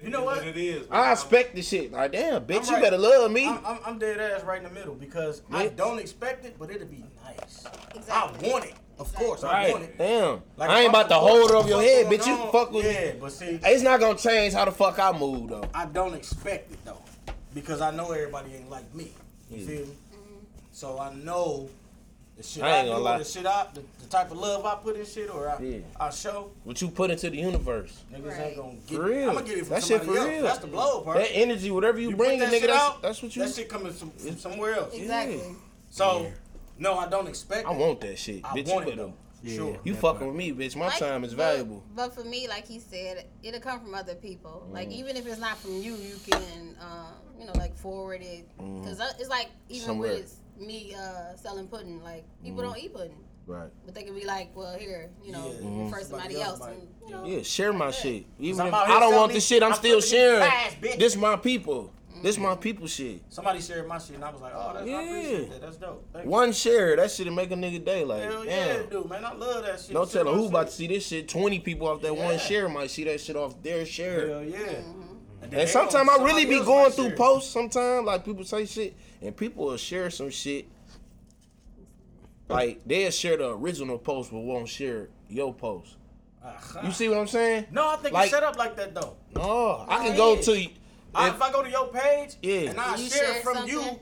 D: You know what?
G: It is. man.
F: I expect the shit. Like, damn, bitch, you
D: right.
F: better love me.
D: I'm, I'm, I'm dead ass right in the middle because I
F: Yeah.
D: don't expect it, but it'll be nice.
H: Exactly.
D: I want it. Of course, I want
F: Right.
D: it.
F: Damn.
D: Like,
F: I ain't
D: fuck
F: about to
D: the
F: hold
D: fuck
F: it over your
D: going
F: head, bitch.
D: on.
F: You fuck with
D: Yeah,
F: me.
D: but see,
F: It's not gonna change how the fuck I move though.
D: I don't expect it though, because I know everybody ain't like me. You feel me?
H: Mm-hmm.
D: So I know the shit
F: I
D: I,
F: ain't
D: do,
F: gonna
D: or
F: lie.
D: the shit I, the, the type of love I put in shit, or I,
F: Yeah.
D: I show
F: What you put into the universe.
D: niggas
H: Right.
D: ain't gonna get
F: For
D: it.
F: real.
D: I'm gonna get it from
F: That shit
D: somebody
F: for
D: else.
F: real.
D: That's the blow part.
F: That energy, whatever you,
D: you
F: bring,
D: bring that
F: nigga,
D: shit
F: that's,
D: out,
F: that's what you.
D: That shit coming from, from somewhere else.
H: Exactly.
D: So, no, I don't expect.
F: I
D: it.
F: want that shit,
D: I want
F: bitch. you
D: it
F: better-
D: though. Sure.
F: You fucking with me, bitch. My
H: Like,
F: time is
H: but-
F: valuable.
H: But for me, like he said, it'll come from other people. Like
F: Mm.
H: even if it's not from you, you can, um, you know, like forward it. Cause I- it's like even
F: Mm. Somewhere. Mm.
H: with me uh, selling pudding, like people don't eat pudding,
F: Right.
H: but they can be like, well, here, you know,
D: Yeah.
F: Mm-hmm.
H: refer
D: Somebody
H: somebody
D: else
H: else.
D: might-
H: and, you know,
F: Yeah, share my shit. Even
D: I'm
F: if
D: out here
F: I don't
D: selling
F: want
D: these-
F: this shit, I'm
D: I'm flipping
F: still
D: these Mm-hmm.
F: sharing.
D: pies, bitch.
F: This my people. This my people shit.
D: Somebody shared my shit, and I was like, oh, that's, I appreciate
F: Yeah.
D: that. That's dope. Thank you.
F: One share, that shit make a nigga day. Like,
D: Hell yeah,
F: damn.
D: dude, man, I love that shit.
F: No
D: Share
F: telling
D: my
F: who about to
D: shit.
F: see this shit. Twenty people off that one
D: Yeah.
F: share might see that shit off their share.
D: Hell yeah.
H: Mm-hmm.
D: And,
F: And sometimes I really be going through posts. Sometimes like people say shit, and people will share some shit. Like they'll share the original post, but won't share your post. You see what I'm saying?
D: Uh-huh. No, I think
F: Like-
D: it's set up like that though.
F: No, I can go to. If,
D: I, if I go to your page
F: Yeah.
D: and I
H: You
D: share
H: share
D: from you
H: something?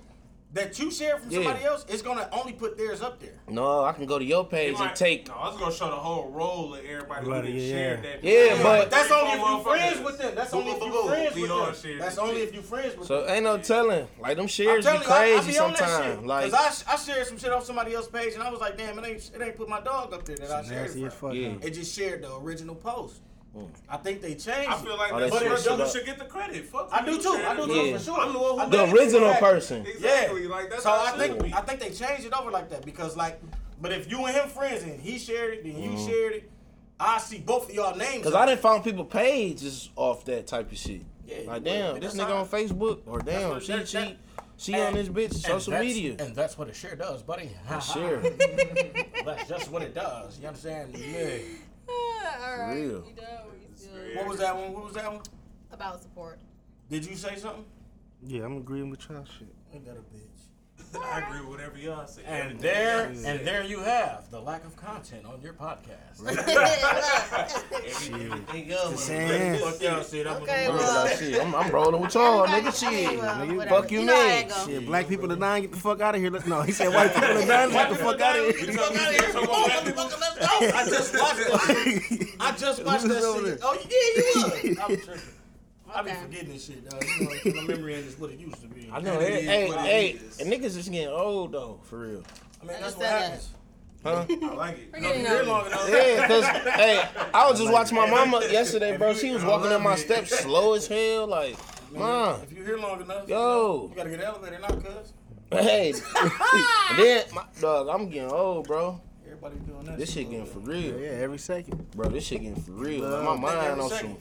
D: that you share from
F: Yeah.
D: somebody else, it's gonna only put theirs up there.
F: no, I can go to your
G: It
F: page and
G: might-
F: take.
G: No, I was gonna show the whole roll of everybody who
B: Right,
G: didn't
B: yeah.
G: share that.
F: Yeah, but-
D: that's only if you
G: Motherfuckers.
D: friends with them. That's only if
G: Boo,
D: you
G: boo, boo.
D: friends
G: We
D: with
G: all
D: them.
G: shared
D: That's
G: that
D: only
G: shit.
D: if you friends with
F: So
D: them.
F: ain't no telling. Like them
D: I'm
F: shares be
D: telling you, I, I
F: crazy
D: be on that
F: sometimes.
D: shit.
F: Like
D: Cause I, I shared some shit off somebody else's page and I was like, damn, it ain't it ain't put my dog up there that I shared.
B: Nasty
D: it
B: as
D: From.
B: fuck.
F: Yeah.
B: huh?
D: It just shared the original post.
F: Mm.
D: I think they changed.
G: I feel like
F: Oh,
G: that's
F: that
G: but
F: shit
G: it
F: shit
G: double
F: up.
G: should get the credit. Fuck
D: I do
G: you,
D: too.
G: share
D: I do
G: the
D: too
F: Yeah.
D: for sure.
G: I'm the one who
D: I
F: the
D: do.
G: did it.
F: original
D: Exactly.
F: person.
G: Exactly. Like that's
D: so
G: how it
D: I
G: should
D: think
G: be.
D: I think they changed it over like that because like, but if you and him friends and he shared it, then you shared it. I see both of y'all names.
F: Mm-hmm. Cause
D: up.
F: I didn't find people pages off that type of shit.
D: Yeah, you
F: like
D: would,
F: damn,
D: but
F: this
D: that's
F: nigga on
D: how-
F: Facebook or damn,
D: what-
F: she
D: that-
F: she
D: that-
F: she
D: and-
F: on this bitch
D: and
F: social
D: that's-
F: media.
D: and that's what it sure does, buddy.
F: Share,
D: that's just what it does. You understand? Yeah.
H: all right.
F: real.
H: we done, we done.
D: What was that one? What was that one?
H: About
F: [laughs]
H: support.
D: Did you say something?
B: Yeah, I'm agreeing with y'all shit.
D: Ain't that a bitch?
G: I agree with whatever y'all say.
D: And there, and there you have the lack of content on your [laughs] podcast.
G: Everything
B: Just
G: else.
B: saying.
D: Fuck y'all shit. I'm
H: Okay,
D: gonna-
F: Real [laughs] like,
H: well.
F: shit, I'm, I'm rolling with y'all,
H: everybody-
F: Oh, nigga. Shit.
H: well,
B: nigga,
H: uh, whatever.
F: fuck you
H: know how
F: mean.
H: that go.
B: Shit, black people are nine, get the fuck out of here. Let- No, he said white people are nine, get the fuck out of
G: You
B: here.
G: talking about here? Come on, let me fucking let's go.
F: [laughs]
D: I just watched that. I just watched
B: Who was
D: that.
B: over
D: shit.
B: there?
D: Oh yeah, you was. I'm tripping.
H: All
D: I be
H: Okay.
D: forgetting this shit, dog. You know, 'cause my memory ain't just what it used to be.
F: I know.
G: It
F: Hey,
G: is
F: hey,
G: what it
F: hey,
G: is.
F: and niggas is getting old though, for real.
D: I mean,
H: I
D: that's
H: just
D: what
H: said that.
D: happens.
G: I like it.
H: We're
G: No,
H: getting
G: you're
H: old.
G: long enough.
F: [laughs] Yeah, cause hey, I was just watching my mama yesterday, bro. She was walking up my steps slow as hell, [laughs] like, mom.
D: If you're here long enough,
F: Yo.
D: you, know, you gotta get an elevator now, cuz.
F: [laughs] Hey, and then my, dog, I'm getting old, bro.
D: Everybody doing that.
F: This shit getting for real,
B: Yeah, every second.
F: bro. This shit getting for real. Like, my mind on some,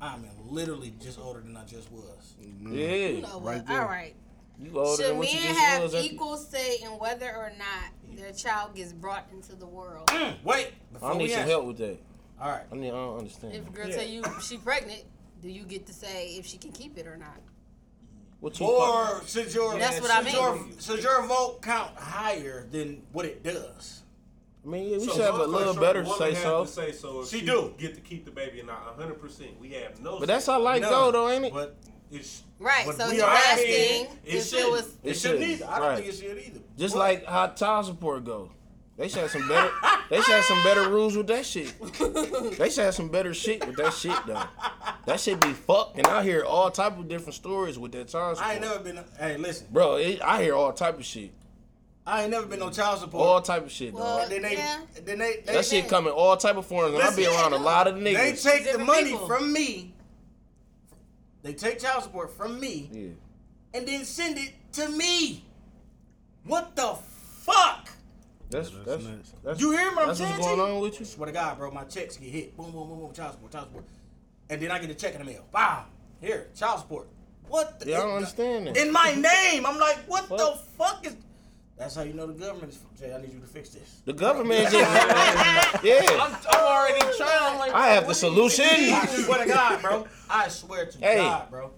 D: I'm literally just older than I just was.
H: You
F: yeah.
H: know
B: Right
H: what?
B: there.
H: All right.
F: You older
H: Should men
F: than what you just
H: have
F: was. ain't you?
H: equal say in whether or not their child gets brought into the world?
D: Mm, Wait, before
F: I need
D: we
F: some
D: answer.
F: help with that.
D: All right.
F: I need. I don't understand.
H: If a girl tell you she pregnant, do you get to say if she can keep it or not?
F: what you?
D: Or should your
H: That's what I
D: should
H: mean.
D: your, should your vote count higher than what it does?
F: I mean, yeah, we
G: So
F: should have a
G: motherfuckers
F: little
G: should
F: better
G: wanna
F: say
G: have
F: so.
G: to Say so. if
D: She
G: she
D: do.
G: get to keep the baby or not. hundred percent. We have no.
F: But that's
G: say.
F: how life
D: No,
F: go, though, ain't it?
D: But
G: It's
H: Right.
D: But
H: so
D: we
H: you're
D: are
H: asking
D: being- it
H: if it
D: shouldn't.
H: was.
D: it,
F: It
D: shouldn't
F: shouldn't,
D: either. I don't
F: right.
D: think it should either.
F: Just
D: But-
F: like how child support go. They should have some better. they should have some better rules with that shit. They should have some better shit with that shit though. That shit be fucked, and I hear all type of different stories with that child support.
D: I ain't never been. Hey, listen.
F: Bro, it, I hear all type of shit.
D: I ain't never been on child support.
F: All type of shit, dog.
H: Well,
D: then they,
H: Yeah.
D: then they, they,
F: that shit come in all type of forms, and I be
D: Listen.
F: around a lot of
D: they
F: niggas.
D: take the
H: Different
D: money
H: people.
D: from me. They take child support from me
F: yeah.
D: and then send it to me. What the fuck?
F: That's that's,
B: nuts.
F: that's
D: You hear what I'm
F: that's
D: saying
F: what's
D: to
F: going
D: you?
F: on with you.
D: Swear to God, bro, my checks get hit. Boom, boom, boom, boom. Child support, child support. And then I get a check in the mail. Wow. Here, child support. What? The,
F: Yeah, I don't understand that.
D: In my name, I'm like, what, the
F: What?
D: fuck is? That's how you know the government is. Jay, I need you to fix [laughs] this.
F: The government is just yeah.
E: I'm, I'm already trying. I'm like,
F: I have the solution.
D: [laughs] I swear to God, bro. I swear to
F: Hey.
D: God, bro.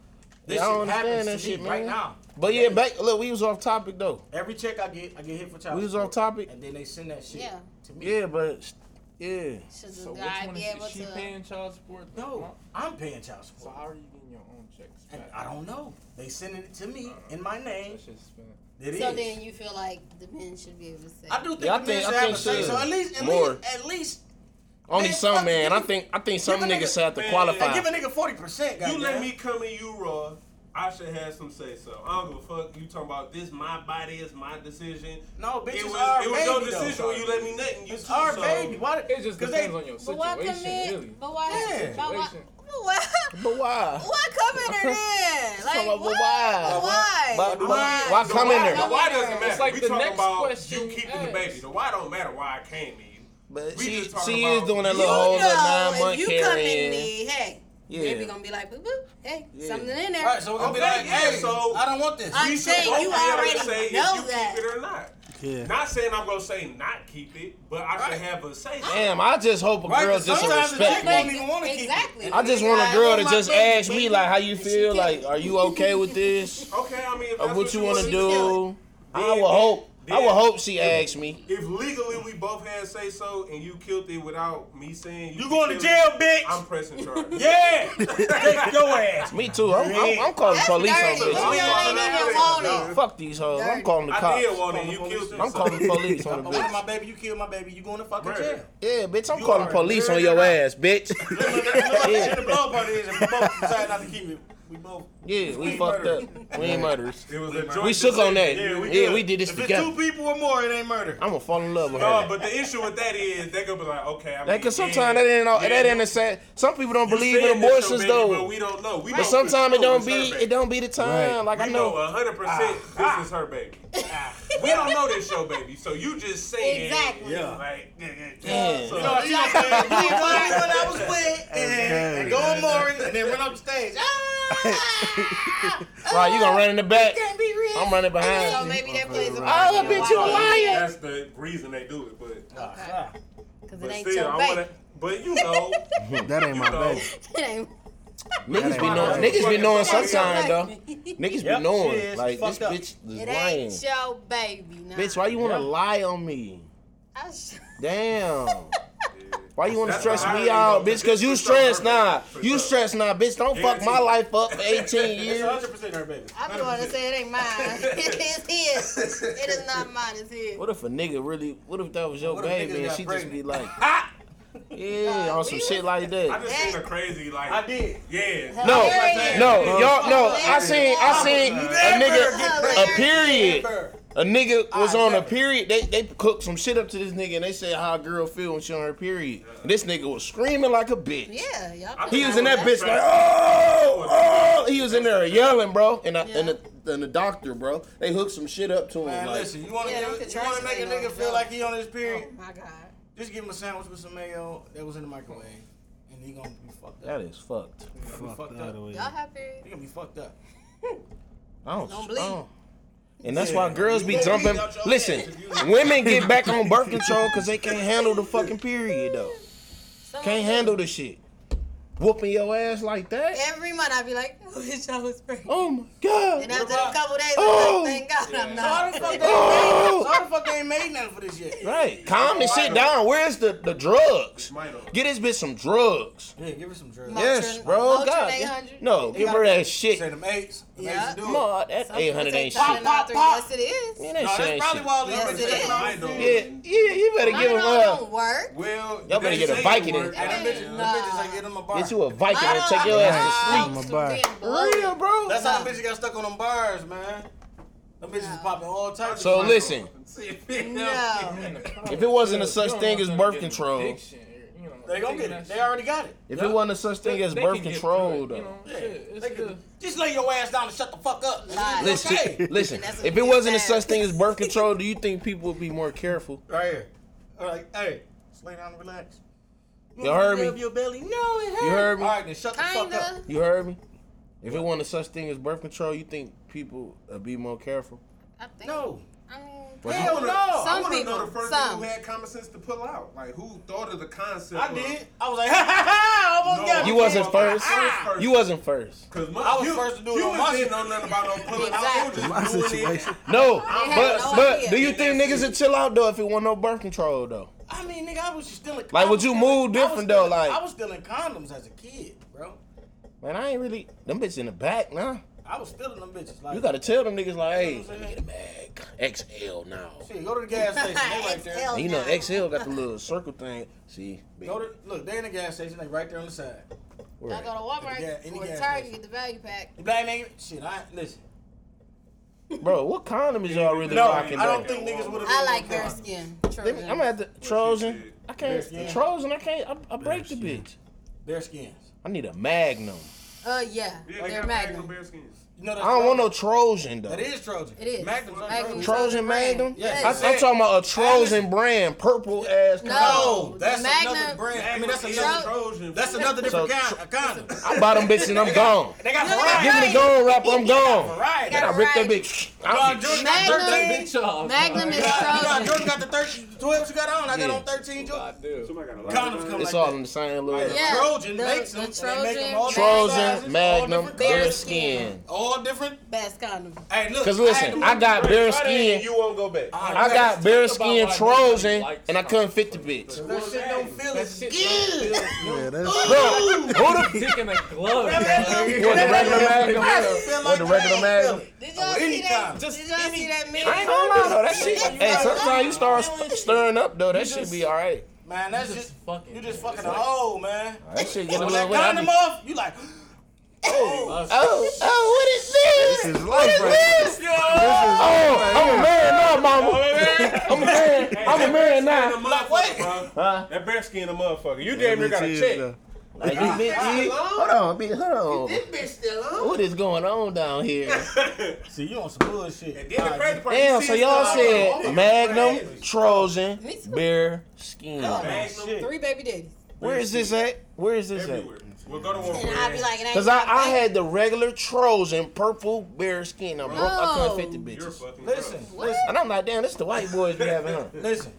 D: This
F: Yeah, I don't
D: shit happens
F: understand
D: to
F: that shit,
D: me right
F: man.
D: now.
F: But yeah, back look, we was off topic though.
D: Every check I get, I get hit for child.
F: We was
D: support.
F: off topic.
D: And then they send that shit
H: Yeah.
D: to me.
F: Yeah, but yeah.
H: Should the
E: So which
H: guy
E: one
H: be
E: is
H: able
E: is she
H: to?
E: paying child support?
D: No, I'm paying child
E: So
D: support.
E: how are you getting your own checks
D: And
E: back?
D: I don't know. They sending it to me in my name.
E: That shit's spent.
D: It is.
H: So then you feel like the men should be able to say.
D: I do think
F: Yeah, I
D: the
F: think-
D: men should
F: I
D: have
F: think
D: a say.
F: so.
D: So at least, at
F: More.
D: least, at least
F: Only
D: Man, fuck
F: some man.
D: you.
F: I think I think some
D: Give a nigga-
F: niggas have to
G: man,
D: like,
F: qualify.
D: give a nigga forty percent.
G: You let me come in you raw. I should have some say so. I don't give a fuck. You talking about this? My body is my decision.
D: No, bitches
G: it was,
D: our
G: it was
D: baby,
G: your
D: though.
G: decision when you let me nothing. You
D: It's
G: too,
D: our
G: so-
D: baby. Why?
E: It just
D: 'cause
E: depends
D: they-
E: on your
H: But why come
E: situation, really.
H: in? But why?
D: Yeah.
H: But why?
E: Situation.
H: But why?
F: but why?
H: Why come in
F: [laughs]
H: there then? Like
F: about
H: what?
F: why? Why-
H: Why?
F: why- why-
H: Why?
F: why
G: The
F: come
G: why,
F: in there?
G: The why doesn't matter.
E: It's like
G: we
E: the
G: talking
E: next
G: about
E: question
G: you
E: you
G: keeping the
E: asked.
G: baby. The why don't matter. Why I came to you.
F: But
G: We
F: she
G: just talking
F: she is
G: about-
F: doing that
G: You
H: You
F: little whole little
H: know,
F: nine
H: if
F: month
H: you come in
F: carrying.
H: me, hey,
F: Yeah.
H: baby gonna be like, boop boop, hey,
F: Yeah.
H: something in there.
D: All right, so we're gonna be
G: Okay,
D: like,
G: yeah,
D: hey,
G: so-
D: I don't want this.
H: I-
G: You
H: I'm
G: should
H: saying
G: both
H: you
G: be able to
H: already
G: say if
H: know
G: you
H: that.
G: keep it or not.
B: Yeah.
G: Not saying I'm gonna say not keep it, but I should
D: Right.
G: have a say.
F: Damn, I just hope a
D: Right,
F: girl
D: but
F: just
D: sometimes it's
F: respect
D: like-
F: me.
D: don't even wanna keep it.
H: exactly.
F: I just want a girl to just ask me like, how you feel? Like, are you okay with this?
G: Okay, I mean, if
F: Or
G: that's
F: what you
G: want
F: want to do? I
G: Then-
F: would hope. I
G: then-
F: would hope she asks me.
G: If legally we both had say so and you killed it without me saying
D: You
G: could
D: going to
G: kill
D: jail,
G: it,
D: bitch?
G: I'm pressing charges.
D: yeah, take your ass.
F: Me too. I'm, I'm, I'm calling
H: That's
F: police on
H: dirty.
F: this.
H: You ain't even want it.
F: Fuck these hoes. I'm calling the
G: I did
F: cops.
G: want it. You killed it.
F: I'm calling the police
D: But
F: on the
D: what if
F: bitch.
D: my baby? You killed my baby. You going to fucking
G: Murder.
D: jail?
F: Yeah, bitch, I'm
D: You
F: calling
D: are
F: police on
D: dirty
F: your
D: now.
F: ass, bitch.
G: [laughs]
D: And the blow part is, if we both decide not to keep it, we both.
F: Yeah, we
D: ain't
F: fucked
D: murderers.
F: up. We ain't murderers.
G: It was a joint
F: We shook on that.
G: decision.
F: Yeah, we,
D: good.
F: did this
D: If it's
F: together.
D: two people or more, it ain't murder.
F: I'm gonna fall in love with
G: No,
F: her.
G: but the issue with that is they gonna be like, okay, I mean,
F: Like, cause
G: yeah,
F: sometimes that ain't all, that
G: yeah,
F: ain't the same. Some people don't
G: you
F: believe in
G: said this, your
F: abortions
G: baby,
F: though.
G: But we don't know. We
F: But sometimes it don't be it don't be the time.
B: Right.
F: Like I
G: We know
F: know.
G: 100 percent this is her baby. we don't know this show baby, so you just saying
H: Exactly.
B: Yeah.
G: Like, yeah, yeah,
F: Damn.
G: So,
D: You know, she was saying,
H: [laughs]
D: you ain't find me when I was with,
G: uh,
D: and, and go on Maury, and then run up the stage. Ah!
F: Right, you gonna run in the back.
H: Can't be real.
F: I'm running
H: So
F: behind. you.
H: maybe that plays a
F: Oh,
H: part in
F: bitch, you a
H: why.
F: liar.
G: That's the reason they do it, but
H: Okay. Cause
G: but
H: it ain't
G: still,
H: your
G: I
H: baby.
G: wanna. But you know,
B: [laughs] That ain't my
G: You know.
B: baby.
H: It ain't. [laughs]
F: Niggas be
B: Right.
F: knowing. Niggas be knowing
G: Fucking
F: sometimes though.
H: baby.
F: Niggas
D: Yep,
F: be knowing.
D: shit,
F: Like
D: it's
F: this
D: fucked up.
F: bitch is
H: It
F: lying.
H: ain't your baby. Nah.
F: Bitch, why you wanna lie on me?
H: I sh-
F: Damn. Why you wanna
G: That's
F: stress
G: why I
F: me
G: ain't
F: out,
G: gonna-
F: bitch? Cause you
G: it's not
F: stressed now.
G: perfect.
F: You stressed now, bitch. Don't fuck my
G: Guaranteed.
F: life
G: [laughs]
F: up for 18 years.
D: 100% her baby.
H: I just want to say it ain't mine. [laughs] it is his. It is not mine. It's his.
F: What if a nigga really? What if that was your
D: What if niggas
F: baby and
D: got
G: [laughs]
F: she just be
D: pregnant?
F: like, Yeah, on some shit like
G: I
F: that.
G: just seen a crazy like.
D: I did.
G: Yeah.
F: No,
H: Hilarious.
F: no, y'all, no. I seen, I seen a
H: Hilarious.
F: nigga, a period.
D: Never.
F: A nigga was
D: I
F: on a
D: never-
F: period. They they cooked some shit up to this nigga, and they said how a girl feel when she on her period. This nigga was screaming like a bitch.
H: Yeah, y'all.
F: He
H: put
F: was in that bitch like,
G: Oh,
F: oh, he was in there yelling, bro, and I, and, the, and the doctor, bro, they hooked some shit up to him.
D: Man,
F: like,
D: listen, you want to
H: Yeah,
D: you
H: them
D: want to
H: contractions
D: make a
H: ain't
D: nigga
H: no
D: feel
H: joke.
D: like he on his
H: Oh
D: period?
H: my god.
D: Just give him a sandwich with some mayo that was in the microwave, and he gonna be fucked up.
F: that is fucked.
D: He gonna be fucked
B: out
D: up.
B: of
D: He
B: way.
H: Y'all have periods?
D: gonna be fucked [laughs] up.
F: I don't,
H: Don't
F: I
H: bleed.
F: don't- And that's why girls be
G: You gonna
F: jumping.
G: bleed out your
F: Listen,
G: ass if you-
F: women get back on birth control because they can't handle the fucking period though.
H: So
F: Can't handle the shit. Whooping your ass like that.
H: Every month I'd be like, I wish I was pregnant.
F: Oh my god.
H: And after a
D: about-
H: couple days,
F: Oh!
H: I'm like, thank God I'm
D: So how the
H: not.
D: fuck they,
H: [laughs]
F: Oh!
D: so how the fuck they ain't made nothing for this yet?
F: Right. Calm and sit down. Where's the, the drugs?
G: Mito.
F: Get this bitch some drugs.
D: Yeah, give her some drugs.
H: Mother-
F: Yes,
H: Motrin-
F: bro.
H: Motrin
F: God.
H: 800?
F: No, give her that shit.
D: Say them eights. Them
H: Yeah.
D: eights do
F: Come
D: it.
F: on, that 800 ain't shit.
H: Pop,
F: Man,
H: pop,
D: pop,
H: pop.
D: pop.
H: Yes, it is.
F: that
D: No,
F: shit
D: that's
F: ain't
D: probably
F: shit.
D: why all these
H: Yes,
D: niggas
H: it
D: taking
H: is.
G: Mito.
F: Yeah, yeah, you better give
H: I
F: him
H: don't know,
F: uh,
H: don't work.
G: Well,
F: Y'all better
G: they
F: get a
G: say
F: Viking
G: it worked.
F: in.
D: And them bitches, them bitches like get them a bar.
F: get you a Viking
H: I
F: and take your ass
H: don't
B: to
H: know.
B: sleep. I'm a
H: Being
F: to sleep.
H: bloated.
F: Real, bro.
D: That's how the bitches got stuck on them bars, man. Them bitches was popping all types. of
F: So
D: shit. [laughs]
F: listen,
H: No.
F: if it wasn't a such thing as birth control,
D: they gonna get it. They already got it.
F: if it wasn't a such thing as birth control, though.
D: They could- just lay your ass down and shut the fuck up.
H: Lies.
D: It's
F: Listen,
D: okay.
F: listen.
H: That's a
F: If it
H: big
F: wasn't a
H: fact.
F: such thing as birth control, do you think people would be more careful?
D: [laughs] Right here. All right, hey, just lay down and relax.
F: You heard
D: Rub
F: me.
D: your belly. No, it hurts.
F: heard me?
D: All right, then shut the fuck up.
H: Kinda.
F: You heard me. If it wasn't a such thing as birth control, you think people would be more careful?
H: I think.
D: No.
H: I mean,
F: But
D: Hell no.
G: I
H: Some
G: want to
H: people,
G: know the first
H: some.
G: nigga who had common sense to pull out. Like, who thought of the concept?
D: I
G: of-
D: did. I was like, [laughs] ha ha ha, almost got
F: You
D: me.
F: wasn't first.
G: Ah!
F: You wasn't first.
G: Cause my,
D: I was
G: you,
D: first to do it
G: you
D: on my
G: didn't
D: shit.
G: know nothing about no pulling
H: Exactly.
G: out. You was just doing it.
B: situation.
F: No,
H: had
F: but
H: no
F: but
H: idea.
F: do you think niggas would chill out though if it wasn't no birth control though?
D: I mean, nigga, I was just still in.
F: Like,
D: I
F: would
D: was
F: you
D: still in-
F: move
D: I was
F: different,
D: still
F: though?
D: in-
F: Like-
D: I was still in condoms as a kid, bro.
F: Man, I ain't really them bitches in the back nah.
D: I was still in them bitches. Like,
F: You gotta tell them niggas like, hey,
D: You know
F: let
D: what
F: me
D: I'm
F: get a bag. XL now.
D: Shit, go to the gas station.
F: [laughs]
D: They right there.
H: Exhale
F: And you know,
H: now.
F: XL got the little circle thing. See, big.
D: Go to look. They in the gas station. They right there on the side.
H: I go to Walmart
D: Yeah, any
H: or
D: gas
H: Target
D: station.
H: get the value pack.
D: The black nigga. Shit, I listen.
F: bro, what condom is y'all really
D: No,
F: rocking?
D: I don't
F: though?
D: think niggas would have.
H: I like their skin.
F: Let me- I'm gonna have to Trojan. I can't
D: Bear skin.
F: Trojan. I can't. I, I break the bitch.
D: Their skins.
F: I need a Magnum.
H: Uh, yeah,
G: Yeah,
H: they're
G: got
H: Magnum.
G: bear skins.
D: You know
F: I don't want no Trojan though.
D: That is Trojan.
H: It is.
D: Magnum's on
H: Magnum's
D: Trojan.
F: Trojan
H: brand.
F: Magnum.
H: Yes.
F: I, I'm talking about a Trojan brand, purple ass. condom.
D: No, that's
H: Magnum-
D: another brand. I mean, that's
G: Magnum
D: another.
G: is
H: Tro-
G: Trojan.
D: That's another
F: So
D: different kind. A condom.
F: I buy them bitches and I'm gone.
D: They got
F: Give
D: variety.
F: me the gone wrapper. I'm gone.
D: Variety.
F: I rip that bitch. I'll
D: Nah,
F: be-
D: Jordan got
H: Magnum-
D: 13.
H: Magnum is
D: Nah, nah,
H: Trojan.
D: Jordan got the 13, 12 you got on. I got
F: Yeah.
D: on 13, Jordan.
G: Somebody got a lot
D: Condoms
G: of
D: come
F: It's
D: like
F: all in
D: that.
F: the same little.
H: Yeah,
D: Trojan
H: the-
D: makes
H: the
D: them. and they make them all different
H: Trojan
F: Trojan,
D: sizes,
F: Magnum,
D: all different
H: Bear
F: bare
D: colors,
F: skin.
H: Skin.
D: all different.
H: Best condom.
F: [laughs]
D: Hey, look.
F: Cause listen, I got bare
G: Try that and
F: skin.
G: You won't go back.
F: I got bare skin Trojan, and I couldn't fit the bitch.
D: That shit don't feel as good.
B: Yeah, that's
F: Bro, who the
E: Taking a glove.
F: what the regular Magnum?
D: Feel
F: What
D: like
F: the
D: you
F: regular
D: ain't
F: Magnum?
H: Did y'all
D: any
H: see that?
D: kind.
H: Did y'all see that man?
F: I ain't gonna lie though, that shit. Hey, sometimes you start st- stirring up though, that shit be all right.
D: Man, that's
E: just
D: just
E: fucking-
D: You just
E: it's
D: fucking
E: like-
D: old man.
F: That shit get a
D: When
F: little
D: that
F: wet. I
D: condom
F: be-
D: off, you like.
F: Oh, oh, what is this?
B: his life right
F: This? Oh, I'm a man now, mama. I'm a man. I'm a man
G: That
F: now.
G: motherfucker,
D: wait.
G: bro.
F: Huh?
G: That bear skin a motherfucker. You damn near got a
B: Cheers,
G: check.
B: though.
F: Like, you, bitch, you, hold on, bitch, hold on.
H: bitch still on.
F: What is going on down here?
D: See, you on some bullshit.
G: [laughs] And then the crazy part,
F: Damn,
G: you
F: so
G: see
F: y'all
G: it's like,
F: said
G: oh,
F: Magnum,
G: crazy.
F: Trojan,
H: Me too.
F: Bear, Skin.
G: Magnum
H: Three baby daddies.
F: Where is this at? Where is this at?
G: everywhere. We'll go to one.
H: And I'd be like, it ain't
F: Cause I,
H: my
F: I
H: thing.
F: had the regular Trojan purple bear skin. I'm broke. I couldn't fit the
G: You're
F: bitches.
G: fucking
D: Listen,
G: gross.
H: What?
F: And I'm like, damn, this the white boys we having huh?
D: listen.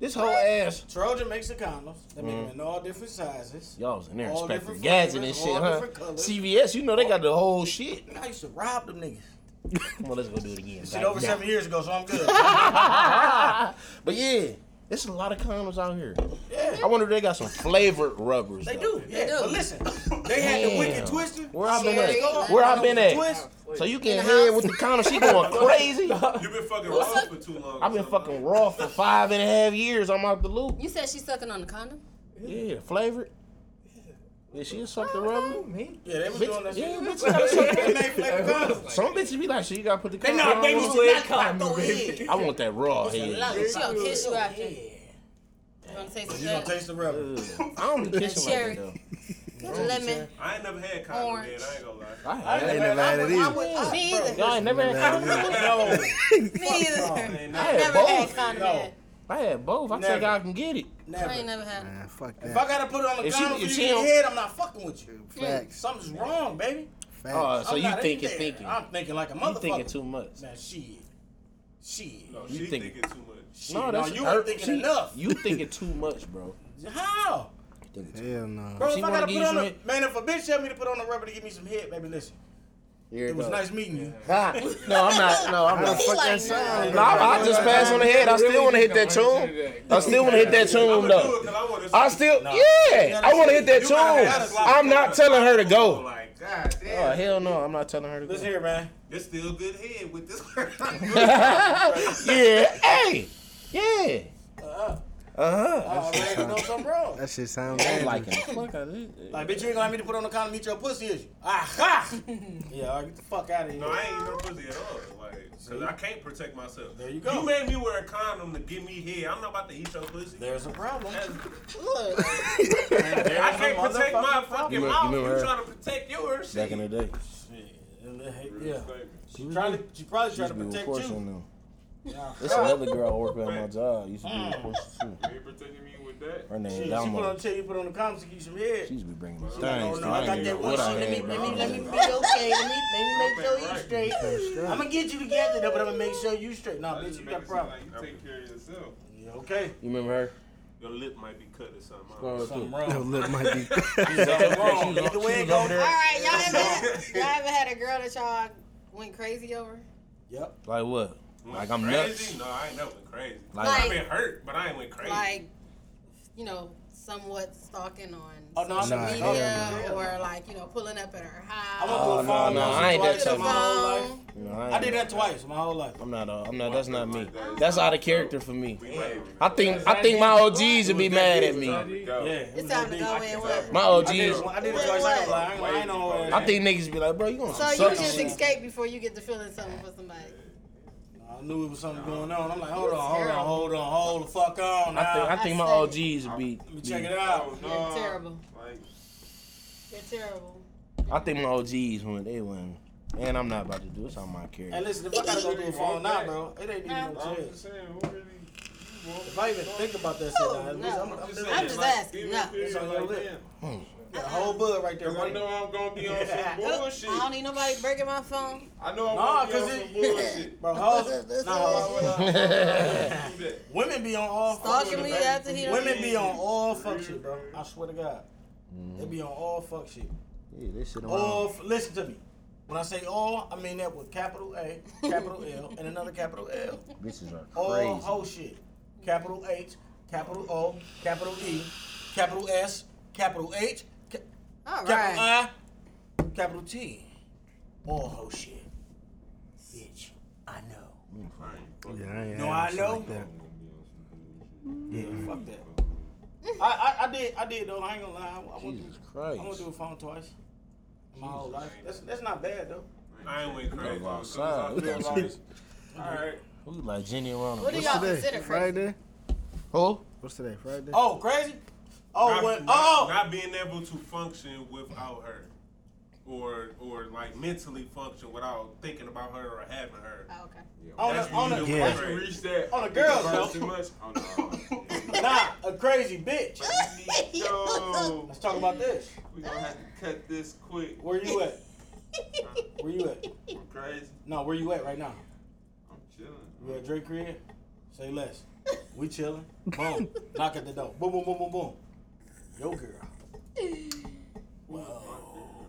F: This whole ass.
D: Trojan makes the condoms. They make them in all different sizes.
F: Mm-hmm. Y'all was in there
D: All
F: expecting
D: different
F: gadget and
D: flavors,
F: shit,
D: all
F: huh?
D: different colors.
F: CVS, you know they got
D: [laughs]
F: the whole shit.
D: I used to rob them niggas.
F: Come on, let's go do it again.
D: Shit
F: right
D: over
F: now.
D: seven years ago, so I'm good.
F: [laughs] But yeah, there's a lot of condoms out here.
D: Yeah.
F: I wonder if they got some flavored rubbers.
D: They
F: though.
D: do. Yeah.
H: do.
D: But listen, they had the wicked twister.
F: Where I been
H: Cherry.
F: at? Where I been at?
D: Twist.
F: So you
H: In
F: can
H: the
F: head
H: house.
F: with the condom.
D: [laughs]
F: She going crazy.
G: You've been fucking raw for too long.
F: I've been fucking raw for five and a half years. I'm out the loop.
H: You said she's sucking on the condom?
F: Yeah, flavored. Yeah, she'll suck the rubber.
I: Me?
D: Yeah, they was
F: Bitch-
D: doing that
F: yeah,
D: shit.
F: bitch gotta suck
D: They made
F: [laughs]
D: flavor cones.
F: Some bitches be like, shit, you gotta put the
D: They
F: condom
D: not
F: on.
D: they was not
I: cotton,
D: cotton, throw it in.
F: I want that raw head.
H: Look, she gonna kiss you after. You gonna taste
D: You gonna
H: the
D: taste the rubber.
F: I don't be kissing like
H: Cherry.
F: that though.
H: lemon.
G: I ain't never had cotton
H: Orange.
G: head. I ain't gonna lie.
F: I, I,
B: ain't never had it either.
H: Me
F: [laughs]
H: either.
F: I, ain't never had condom.
D: No,
H: Me either.
F: I
H: I
F: had
H: never had
F: both.
H: condiment.
F: I had both. I think
D: Never.
F: I can get it.
H: I
D: never.
H: ain't never had. it.
B: Nah, fuck
D: If I
B: that.
D: gotta put it on the
F: If she-
D: condom for
F: if
D: you
F: she
D: to
F: don't-
D: get head, I'm not fucking with you.
B: Facts.
D: Something's wrong, baby.
B: Facts.
F: Oh, so
D: I'm
F: you
D: not
F: thinking,
D: into that.
F: thinking.
D: I'm thinking like a
F: You
D: motherfucker.
F: thinking too much.
D: Now shit, shit,
G: No,
F: You
G: she
F: think-
G: thinking too much.
D: shit. No, you ain't thinking
F: she-
D: enough. [laughs]
F: You thinking too much, bro.
D: How?
F: Oh,
B: Hell no.
D: Bro,
F: She
D: if I gotta
F: wanna give
D: put
F: you
D: on
F: some
D: a
F: hit?
D: man, if a bitch tell me to put on a rubber to give me some head, baby, listen.
F: Here
D: It was
F: goes.
D: nice meeting you. [laughs]
F: no, I'm not. No, I'm not.
H: He
B: Fuck
H: like,
B: that
H: nah.
B: sound.
F: No, I, I just passed on the head. I still want to hit that tune. I still want to hit that tune
G: I'ma do it
F: though.
G: 'cause I want to.
F: I still, yeah, I want to hit that
G: You gotta have
F: tune.
G: a
F: I'm not telling her
D: [laughs]
F: to go.
G: Like, God
F: Oh
G: damn.
F: hell no, I'm not telling her to
D: Listen
F: go.
D: here, man.
G: It's still good head with this.
F: [laughs]
G: [laughs]
F: Yeah, hey, yeah.
D: Uh-huh.
F: Uh
D: I already know something wrong.
B: That shit sounds
F: huh.
B: dangerous.
F: Like it.
D: Like, bitch, you ain't gonna have me to put on a condom, eat your pussy, is you?
F: [laughs]
D: Aha! yeah, all right, get the fuck out of here.
G: No, I ain't no pussy at all. Like, cause I can't protect myself.
D: There you go.
G: You made me wear a condom to give me head. I'm not about to eat your pussy.
D: There's a problem.
H: Look,
G: I can't protect my fucking
F: You
G: mouth. You,
F: remember her?
G: trying to protect yours?
F: Back in the day,
D: Yeah. She, trying to, she probably trying to protect you.
F: them. It's another girl I work with at my job. Used to be a course too.
G: You ain't protecting me with that.
F: Her
D: Shit,
F: name
D: Mm. she put on
F: Damo.
D: the chair, you put on the condom to give you some head.
F: She used to be bringing me
D: No,
F: things.
D: no, I
F: I
D: got
F: didn't
D: that
F: even know
D: one.
F: what
D: shit.
F: I
D: Let me,
F: had,
D: let me,
F: bro.
D: let me be okay. Let me, let me make sure you straight. I'm gonna get you together, though, but I'm gonna make sure you straight. Nah, bitch, you got a problem.
G: You take care of yourself.
D: Yeah, okay.
F: You remember her?
G: Your lip might be cut or something. I don't know.
F: Girl,
D: Something
F: too. [laughs]
B: That
D: wrong.
B: lip might be.
D: Something wrong. Either way it
H: all
D: goes.
H: right, y'all ever
B: [laughs]
H: had, y'all ever had a girl that y'all went crazy over?
D: Yep.
F: Like what? Like I'm
G: crazy?
F: nuts.
G: No, I ain't never went crazy.
F: Like-
G: I've been hurt, but I ain't went crazy.
H: Like, you know, somewhat stalking on
D: Oh, no, I'm
H: social
D: not.
H: media
D: Oh,
H: or like, you know, pulling up at her
D: I'm
H: house.
D: gonna do a
F: no,
D: phone.
F: no,
D: call
F: Oh, I ain't that
D: twice in
F: type
D: My whole life.
H: Um,
F: No, I,
D: I
F: ain't-
D: did that twice my whole life.
F: I'm not. Uh, I'm not. That's not me. That's out of character for me.
G: we might
F: I think. I think my OGs would be mad at me.
D: Yeah.
G: go.
D: it
H: It's
D: was
H: time to
D: big.
H: go in with.
F: My
D: I did it
F: OGs.
D: I did it twice. I ain't gonna lie. I ain't gonna- I ain't no old
F: I
D: ass.
F: think niggas be like, bro, you gonna
H: So
F: suck
H: you just
F: shit.
H: escape before you get to feeling something for somebody.
D: I knew it was something going on. I'm like, hold on, hold on, hold on, hold the fuck on
F: I think.
D: now.
F: I think my OGs
D: Let
F: would be.
D: me
F: be-
D: check it out.
H: You're terrible. You're terrible.
F: I think my OGs when they win. And I'm not about to do it. It's out my character.
D: And listen, if I gotta go do a phone now, bro, it ain't even no
G: I'm
D: chance.
G: just saying, who really?
D: If I even think about that shit, now,
H: Oh,
D: I'm,
H: no.
D: I'm, I'm just
H: I'm just asking. No.
D: It's on your lip. got a whole
H: Uh-uh.
D: bud right there.
G: Cause I
D: Right?
G: know
D: No,
G: I'm gonna be on some
H: Nope,
G: bullshit.
H: [laughs] Oh, I don't need nobody breaking my phone.
G: I know I'm
D: nah,
G: gonna be on
D: cause
G: some
D: it, [laughs]
G: bullshit.
D: bro, hoes, nah, hoes.
G: Do that.
D: Women be on all fuck
H: Stalking
D: shit,
H: me
D: baby.
H: after he done-
D: Women be on all fuck shit, bro. I swear to God, they be on all fuck shit.
F: Yeah, this shit
D: All, f- listen to me. When I say all, I mean that with capital A,
H: [laughs]
D: capital L, and another capital L.
F: Bitches
D: All
F: are crazy.
D: whole shit. Capital H, capital O, capital E, capital S, capital H, ca-
H: All
D: capital
H: right.
D: I, uh, capital T. All whole shit. Bitch, I know.
B: Yeah, I ain't
D: No,
B: had
D: I
B: shit
D: know.
B: like that. Mm-hmm.
D: Yeah, fuck that. I, I, I did I did though. I ain't gonna lie. I, I went
F: Jesus
D: through I
F: Christ.
D: went through a phone twice. in My whole life. That's that's not bad though.
G: I ain't went crazy.
F: go outside. We gotta
G: All
D: [laughs]
F: see.
G: right.
F: Who like Jenny around?
H: What do y'all consider
B: Today,
H: crazy?
B: Friday.
F: Who?
B: What's today? Friday.
D: Oh, crazy? Oh,
G: not,
D: what?
G: not-
D: Oh,
G: not being able to function without her, or or like mentally function without thinking about her or having her.
H: Oh, okay.
D: on
G: That's
D: a, on
G: when
D: a,
G: you
B: Yeah.
G: reach that.
D: On a girl, though.
G: Too much. Oh,
H: [laughs]
D: nah, a crazy bitch.
G: Yo,
D: Let's talk about this.
G: we gonna have to cut this quick.
D: Where you at? Where you at?
G: I'm crazy.
D: No, where you at right now?
G: I'm chilling.
D: You at Drake crib? Say less. We chilling.
E: [laughs]
D: Boom. Knock at the door. Boom, boom, boom, boom, boom. Yo, girl.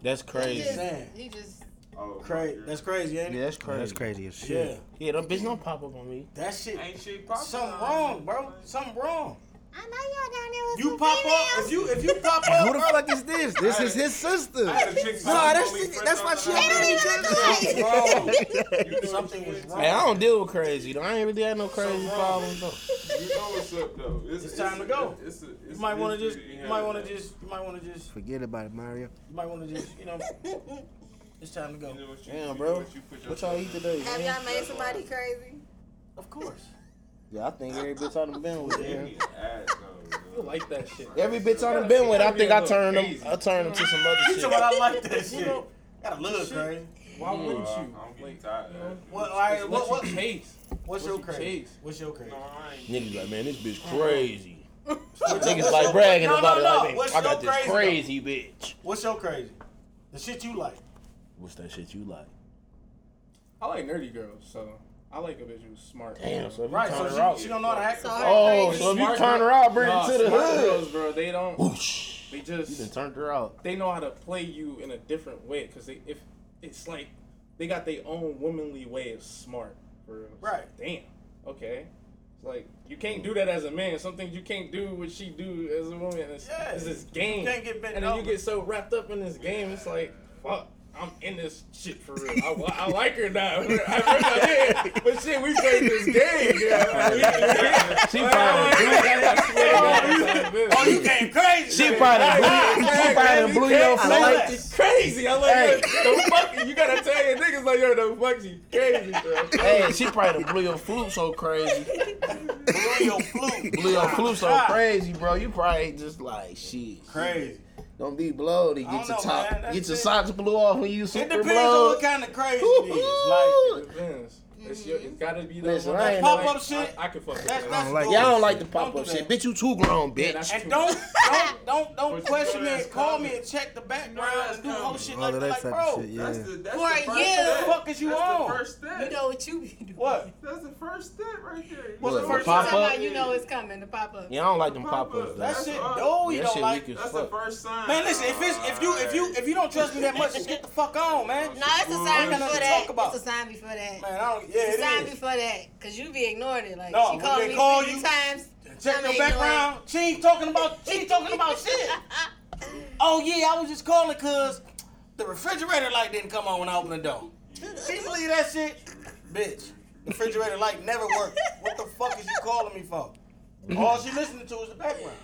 F: That's
H: He
F: crazy.
H: just,
D: Man.
H: he just
G: Oh,
D: Crazy. That's crazy, ain't
F: Yeah,
D: it?
F: that's crazy.
B: That's crazy as shit.
D: Yeah.
F: Yeah, that bitch don't pop up on me.
D: That shit.
G: she
D: Something wrong, bro. Something wrong.
H: I know y'all down there
D: You
H: with
D: pop up if you if you pop up.
B: Who the fuck is this? This is his sister.
G: I had a chick-
B: No, that's that's why she
H: They don't
B: already
H: even
B: got
H: look alike.
G: You know
F: [laughs]
D: Something was
F: Hey, I
D: wrong.
F: don't deal with crazy though. I ain't really had no crazy problems though.
G: You know what's up though.
D: It's time to go.
G: It's, a- it's
D: You might
G: a
D: want to
G: mystery
D: just,
G: that
D: you might
G: have
D: want
G: to-
D: to just, you might want to just,
B: Forget about it, Mario.
D: you might want to just,
E: [laughs]
D: you know, it's time to go.
G: You know what you- you know
F: Damn, bro.
G: you put
F: What y'all
G: yourself
F: eat today?
H: Have
F: man?
H: y'all made somebody crazy?
D: Of course.
F: Yeah, I think every bitch I done been with.
G: in
F: yeah.
G: your ass, though,
E: You
G: bro.
E: like that shit.
F: Every bitch I done been with, I think I turned them. I turned them to some other
D: You
F: shit.
D: talking about I like that shit.
E: know-
D: Gotta love
E: Shit.
D: crazy.
E: Why wouldn't
G: Uh,
E: you?
G: I'm getting
E: Like,
G: tired. of that.
D: What, all right, what,
E: what
D: what,
E: you chase?
D: what's
E: what
D: your
E: you
D: crazy?
E: chase?
D: What's your crazy?
G: No, I ain't
F: Niggas like, man, this bitch crazy.
D: What's your-
F: Niggas like bragging
D: no,
F: about
D: no,
F: it.
D: no.
F: Like, man,
D: What's
F: I got
D: your
F: this
D: crazy
F: crazy bitch.
D: What's your crazy? The shit you like.
F: What's that shit you like?
E: I like nerdy girls, so I like a bitch who's smart.
F: Damn, so if you
D: Right,
F: turn her
D: so
F: out.
D: she, she don't know how to act.
H: So
D: the
H: her
D: fuck.
F: Oh,
H: crazy.
F: so if you
E: Smart
F: turn her out, bring
E: Nah,
F: her to the
E: smart
F: hood.
E: girls, bro, they
F: Oh,
E: don't.
F: Whoosh.
E: They
F: You done
E: just
F: turned her out.
E: they know how to play you in a different way because they if it's like they got their own womanly way of smart. For real. It's
D: Right.
E: like, Damn. Okay. It's like you can't do that as a man. Some things you can't do what she do as a woman. It's,
D: Yeah.
E: it's this game.
D: You can't get bent
E: and then you
D: over.
E: get so wrapped up in this game. It's like fuck. I'm in this shit for real. I, wa- I like her now. [laughs] I really did. But shit, we played this game. You
F: She
D: Oh, you came crazy.
F: She probably blew, she probably blew your
E: I like
F: flight.
E: you crazy. I like
F: Hey.
E: yo, the fuck you. You gotta tell your niggas like yo, the fuck you crazy, bro.
F: Hey, she probably done blew your flute so crazy.
D: [laughs] Blew your flute.
F: Blew your flute so
D: God.
F: crazy, bro. You probably just like shit.
D: Crazy.
F: Don't be blowed. and
D: I don't
F: Get your
D: know,
F: top,
D: man. That's
F: get your
D: it.
F: socks blew off when you
D: It
F: super
D: depends on
F: blowed.
D: what kind of crazy it is.
F: [laughs]
D: Like,
F: Ooh.
E: Depends. It's, your, it's gotta be that
F: Listen,
E: one
F: I
E: that
F: ain't
E: pop
D: like-
E: up shit. I, I can fuck with
D: that's,
E: that.
D: that's
B: like
D: dope.
F: Y'all don't like the
D: Don't
F: pop up
D: do
F: shit,
D: that.
F: bitch. You too grown,
E: Yeah,
F: bitch.
E: that's
D: And
E: true.
D: don't don't don't don't
E: But
D: question
G: you
D: me
G: know
D: and
G: that's
D: call
G: coming.
D: me and check the
G: You know
D: background
G: that's
D: and do whole
G: coming.
D: shit
B: All
D: like
B: of
D: that.
B: that
D: Like,
B: type
D: bro,
B: of shit,
G: That's
B: yeah.
G: the, that's
H: For
G: the
H: you.
G: first
D: what the
G: step.
D: fuck is you
G: That's the
D: on?
G: first step.
H: You know what you be doing.
D: What?
G: That's the first step right there.
D: What's the
F: Look,
D: first
H: You talking
F: Pop up.
H: about you know it's coming, the pop up.
F: Yeah, I don't like them pop
G: Pop-ups.
F: ups.
D: That
G: That's
D: shit
G: all.
B: Oh,
D: dope. You
F: That
D: don't
F: shit
D: like.
F: weak as
G: That's the
F: fuck.
G: first sign.
D: Man, listen. If it's if you if you if you don't trust me that much, then get the fuck on, man.
H: No, it's a
G: Well,
H: sign
G: ain't
H: before
G: nothing to
H: that.
D: talk about.
H: It's a sign before that.
D: Man, I don't.
H: It's a
D: Yeah,
H: sign
D: it is.
H: before that, cause you be ignoring it. Like
D: No,
H: she
D: when
H: called
D: they
H: me
D: call
H: 50
D: you,
H: times.
D: Check
H: I'ma
D: your
H: ignore it.
D: background. She ain't talking about. She ain't talking about
H: [laughs]
D: shit. Oh yeah, I was just calling cause the refrigerator light didn't come on when I opened the door. Can you believe that shit, bitch? The refrigerator light never worked. What the fuck is you calling me for? All she listening to is the background.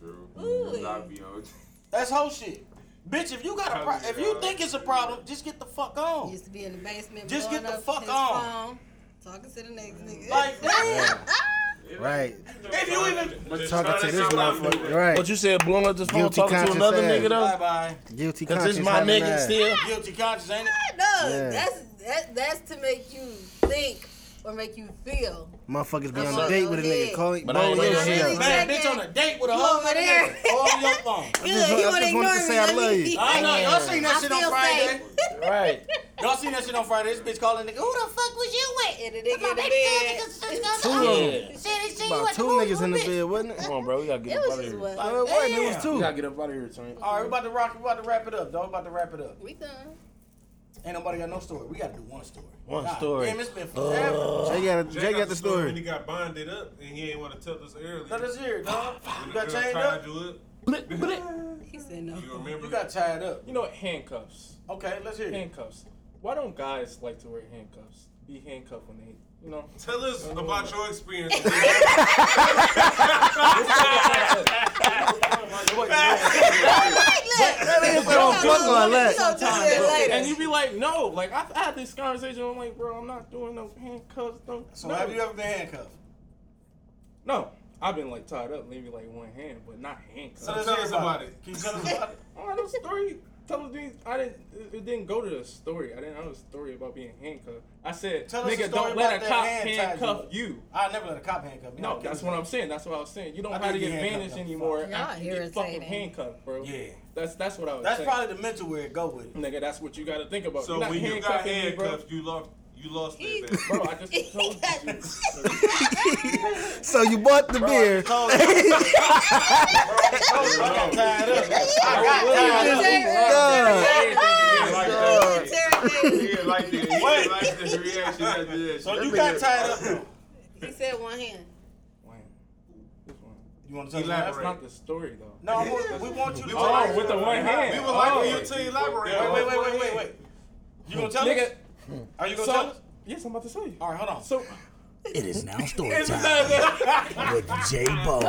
G: True.
H: Ooh.
G: Not be on.
D: That's whole shit. Bitch, if you got a pro- if you think it's a problem, just get the fuck on.
H: Used to be in the basement.
D: Just
H: blowing
D: get the
H: up
D: fuck
H: his
D: on.
H: phone, talking to the next nigga. [laughs]
D: Like, damn.
B: Right.
D: If you even-
G: Just trying
B: Talking to this
G: come out the
B: motherfucker.
G: way.
F: What
B: Right.
F: you said, blowing up this phone,
B: Guilty
F: talking to
B: conscience ass.
F: another nigga
D: Bye
F: though?
D: bye.
B: Guilty
F: Cause
B: conscience.
F: this my
B: having
F: nigga
B: that.
F: still.
D: Guilty conscience, ain't it?
H: No,
B: Yeah.
H: that's that, that's to make you think or make you feel.
B: Motherfuckers be
H: That's
B: on a
H: right.
B: date with a nigga. Call
F: But I ain't
B: blowing
F: in
B: your
F: here.
B: shit up.
H: Really?
D: Man,
H: Check
D: bitch
H: it.
D: on a date with a
H: You
D: whole
H: over
D: other
H: there.
D: nigga. Call your phone.
B: just
H: Good,
B: wa-
H: you
B: I
H: want to
B: just wanted
H: ignore
B: to
H: me.
B: say I love you.
D: I know. Y'all seen that
H: I
D: shit on
H: feel
D: Friday.
B: [laughs]
F: Right.
D: Y'all seen that shit on Friday. This bitch calling nigga. Who the fuck was you with?
H: And the nigga in the bed.
F: Two of them.
B: About two niggas in the bed, wasn't it?
F: Come on, bro. We gotta get
H: It
F: up out
H: was
F: of
H: just
F: here.
H: what.
B: No, Uh, it wasn't. It
D: Damn.
B: was
F: We
B: two. Oh,
F: gotta get up out of here, Tony.
D: All right, we about to rock. We about to wrap it up, dog. We about to wrap it up.
H: We done.
D: Ain't nobody got no story. We gotta do one story.
F: One
D: God
F: story.
D: Damn, it's been forever.
B: Jay got, Jay got the
F: [laughs]
G: When he
B: story.
G: got bonded up and he ain't want to tell us early.
D: Let us hear it, dog.
G: When
D: You
G: the
D: got
G: girl
D: chained
G: tied
D: up.
G: you up.
H: He said no.
G: You remember
D: You got tied up.
E: You know what? Handcuffs.
D: Okay, let's hear it.
E: Handcuffs. Why don't guys like to wear handcuffs? Be handcuffed when they,
F: [laughs]
E: you know.
G: Tell us
D: Oh.
G: about your
D: [laughs]
G: experience.
B: That nigga don't fuck on that.
E: And you
H: that.
E: be like, no. Like I, I had this conversation. I'm like, bro, I'm not doing no handcuffs. No.
D: So
E: no.
D: have you ever been handcuffed?
E: No. I've been like tied up, maybe like one hand, but not handcuffs.
D: So let's
G: Tell
D: hear
G: us about it.
D: Can you tell us about it?
E: Oh, no story. Tell us these. I didn't. It it didn't go to the story. I didn't know the story about being handcuffed. I said,
D: Tell us the
E: nigga,
D: story
E: don't
D: about
E: let a
D: that
E: cop
D: hand tied
E: handcuff
D: you.
E: you.
D: I never let a cop handcuff me.
E: No, that's what I'm saying. That's what I was saying. You don't
D: I
E: have to
D: think
E: get
D: you handcuffed
E: advantage
D: them.
E: anymore.
H: Y'all
E: after you get fucking
H: irritating.
E: handcuffed, bro.
D: Yeah.
E: That's that's what I was
D: That's
E: saying.
D: probably the mental where it go with [laughs] it.
E: Nigga, that's what you got to think about.
G: So
E: You're not
G: when you got
E: handcuffing me, bro.
G: handcuffed, you lost. You lost
H: He-
D: [laughs]
G: that.
E: bro. I just told you.
B: So you bought the beer.
D: Told you. Bro, Oh, I got tied up. I got tied up.
G: He didn't like the, he
D: Wait.
G: didn't like the reaction
D: [laughs]
G: after that.
D: So you got tied up. though.
H: He said one hand.
E: Wayne, this one.
D: You You want to touch
E: That's
D: elaborate?
E: not the story though.
D: No, I want- we want you to.
E: Oh,
D: tell us-
E: with the one hand.
G: We would like
E: Oh.
G: for you to elaborate.
D: Wait, wait, wait, wait, wait, wait. You gonna tell us?
E: Nigga,
D: Are you gonna tell
E: so
D: us?
E: yes, I'm about to tell you.
D: All right, hold on.
E: So
B: It is now story
E: it's, [laughs]
B: time with J Bo.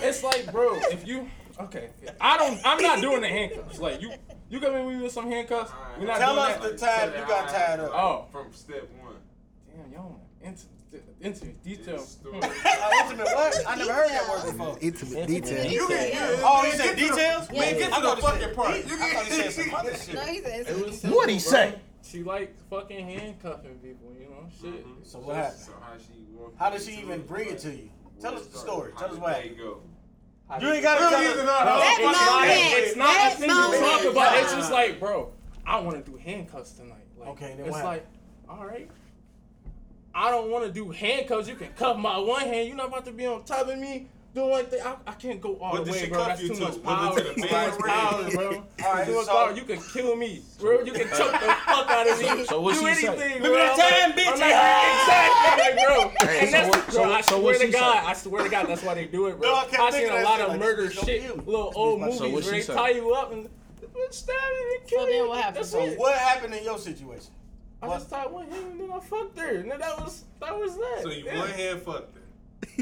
E: it's like, bro, if you okay, I don't, I'm not doing the handcuffs. Like you, you got me with some handcuffs. We're not
D: Tell
E: doing
D: us the
E: that.
D: time you got tied up.
E: Oh.
G: From step one.
E: Damn, y'all into into detail.
G: Story.
D: Uh, intimate what? I never heard that word before.
B: Intimate detail.
H: You can,
D: Oh, he said details?
H: Yeah.
D: Man, get
G: I
D: to the
G: thought he
D: fucking
G: said-
D: part. I
G: you
D: thought he said some other
H: No,
D: shit.
H: he said it's
F: What'd he say?
E: She like fucking handcuffing people, you know?
G: Mm-hmm.
E: Shit.
D: So what happened?
G: So how she walked
D: How did she
G: into
D: even
G: it,
D: bring it
G: like,
D: to you? Tell us the
G: how
D: story.
G: did
D: Tell us
G: the
D: what
G: day
D: happened.
G: go?
D: You ain't gotta
G: Really
D: tell
G: is
D: us.
G: not all
H: That
G: fucking
H: moment.
G: day.
E: It's not
H: That
E: a thing to talk
H: moment,
E: about.
H: yeah.
E: It's just like, bro, I want to do handcuffs tonight. Like,
D: Okay, then
E: it's
D: what
E: like, all right. I don't want to do handcuffs. You can cuff my one hand. You're not about to be on top of me doing one thing. I, I can't go all
G: What
E: the
G: did
E: way,
G: she
E: bro.
G: cuff
E: That's
G: you
E: too
G: to? Was
E: much
G: it
E: power.
G: to the
E: Too much
G: bed ring?
E: power, bro.
D: Alright,
E: Too much
D: so-
E: power. You can kill me, bro. You can choke the fuck out of me.
F: So what
E: do
F: she say?
E: anything, bro.
D: Look at that time, bitch.
E: I'm like, exactly, like, bro.
F: Hey,
E: and
F: so
E: that's,
F: what-
E: bro,
F: so-
E: I
F: so
E: swear
F: what
E: to
F: she
E: God,
F: say?
E: I swear to God, that's why they do it, bro.
D: No, I kept
E: I seen
D: thinking
E: a
D: that
E: lot
D: shit,
E: of
D: like,
E: murder
D: this is gonna kill
E: shit,
D: me.
E: little old movies
F: what
E: where
F: she
E: they
F: say?
E: tie you up and the bitch stab you and kill
H: then
E: you.
H: what happened?
E: That's
H: So
E: it.
D: What happened in your situation?
E: I just tied one hand and then I fucked her, and then that was that was that.
G: So you
E: Yeah.
G: one hand fucked her.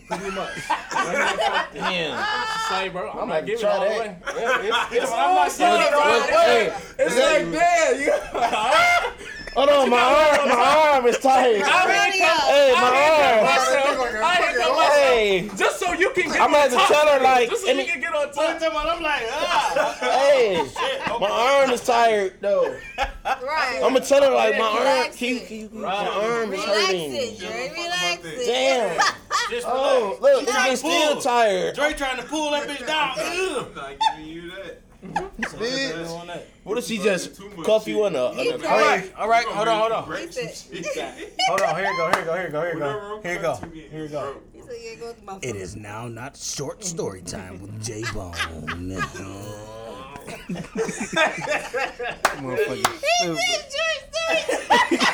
E: pretty much. One hand fucked her.
F: Damn.
E: It's like, bro, Ah! I'm,
F: I'm
E: not
F: gonna
E: giving it
F: try
E: all
F: that.
E: away. Yeah, it's, it's, I'm
D: all
E: not giving it all
D: good,
E: away.
F: Hey,
E: It's like, damn, you.
F: Hold on, my arm, my arm is
H: Rodeo.
F: tired. Hey,
E: I
F: my arm.
E: handcuffed myself. I handcuffed myself.
F: Hey,
E: Just so you can get
F: I'm
E: on
F: gonna
E: top.
F: tell her like,
E: just so
F: any-
E: you can get on
D: I'm
E: top.
D: talking about, I'm like, ah.
F: hey, my arm is tired though.
H: Right.
F: I'm gonna tell her like, my arm,
H: Relax
F: can you,
H: it.
F: can you, my arm is
H: Relax
F: hurting.
H: it, Dre. Relax it.
F: Damn.
D: [laughs] Just
F: Oh,
D: relax. He
F: look, it's
D: trying
F: been
D: to
F: still
D: pull.
F: tired.
D: Dre trying to pull that bitch down. Ugh.
G: I'm not giving you that.
D: [laughs]
F: Bitch.
D: On that.
F: What if she just cuff you in the? in the-
H: All right,
D: all right, hold on, hold on.
G: Break
H: [laughs]
G: some shit.
D: Hold on, here you go, here you go, here you go, here you go.
G: Whatever I'm
D: Here you go.
G: cut to
D: Here you
G: is,
D: go.
G: bro.
H: So you go to my
B: It is now not short story time with J Bone. Motherfucker.
H: He said [laughs] Dre said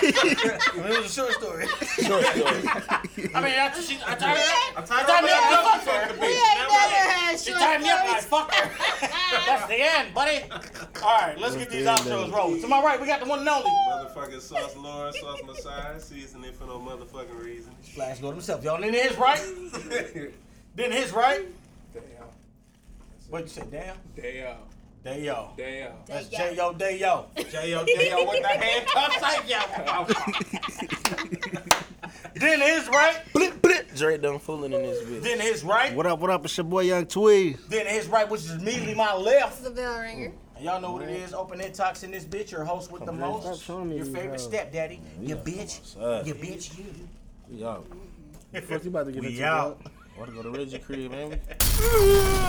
H: it.
D: It was a short story.
F: Short story.
D: I mean, after she, I [laughs] tied her up.
G: I tied
D: Tied me up,
G: her
D: I
G: up.
D: fucked her.
H: We ain't never had Ah.
D: She
H: short
D: tied me up, I
H: stories.
D: fucked her. That's the end, buddy. All right, let's get these outros rolling. To my right, we got the one and only.
G: Motherfucking sauce Lauren, sauce Messiah, seasoning for no motherfucking reason.
D: Flash Lord himself. Y'all in his right? then his right? What you say, damn?
E: Day out.
D: Day yo.
E: Day out.
D: That's
H: Yeah.
D: J yo, day yo.
G: J.O. J.O. with the handcuffs.
D: Thank y'all. then his right?
F: Blip, blip. Dre done fooling in this bitch.
D: Then his right?
B: What up, what up? It's your boy Young Tweez.
D: Then his right, which is immediately my left.
H: It's a bell ringer.
D: And y'all know what it is. Open intox in this bitch. Your host with the
B: Stop
D: most.
B: showing me
D: Your
B: these
D: favorite
B: hoes.
D: stepdaddy. Your bitch. Your bitch.
F: Yo,
B: Fuck, you about to get
D: We
B: into
D: out.
B: that?
F: wanna go to Reggie crib, man?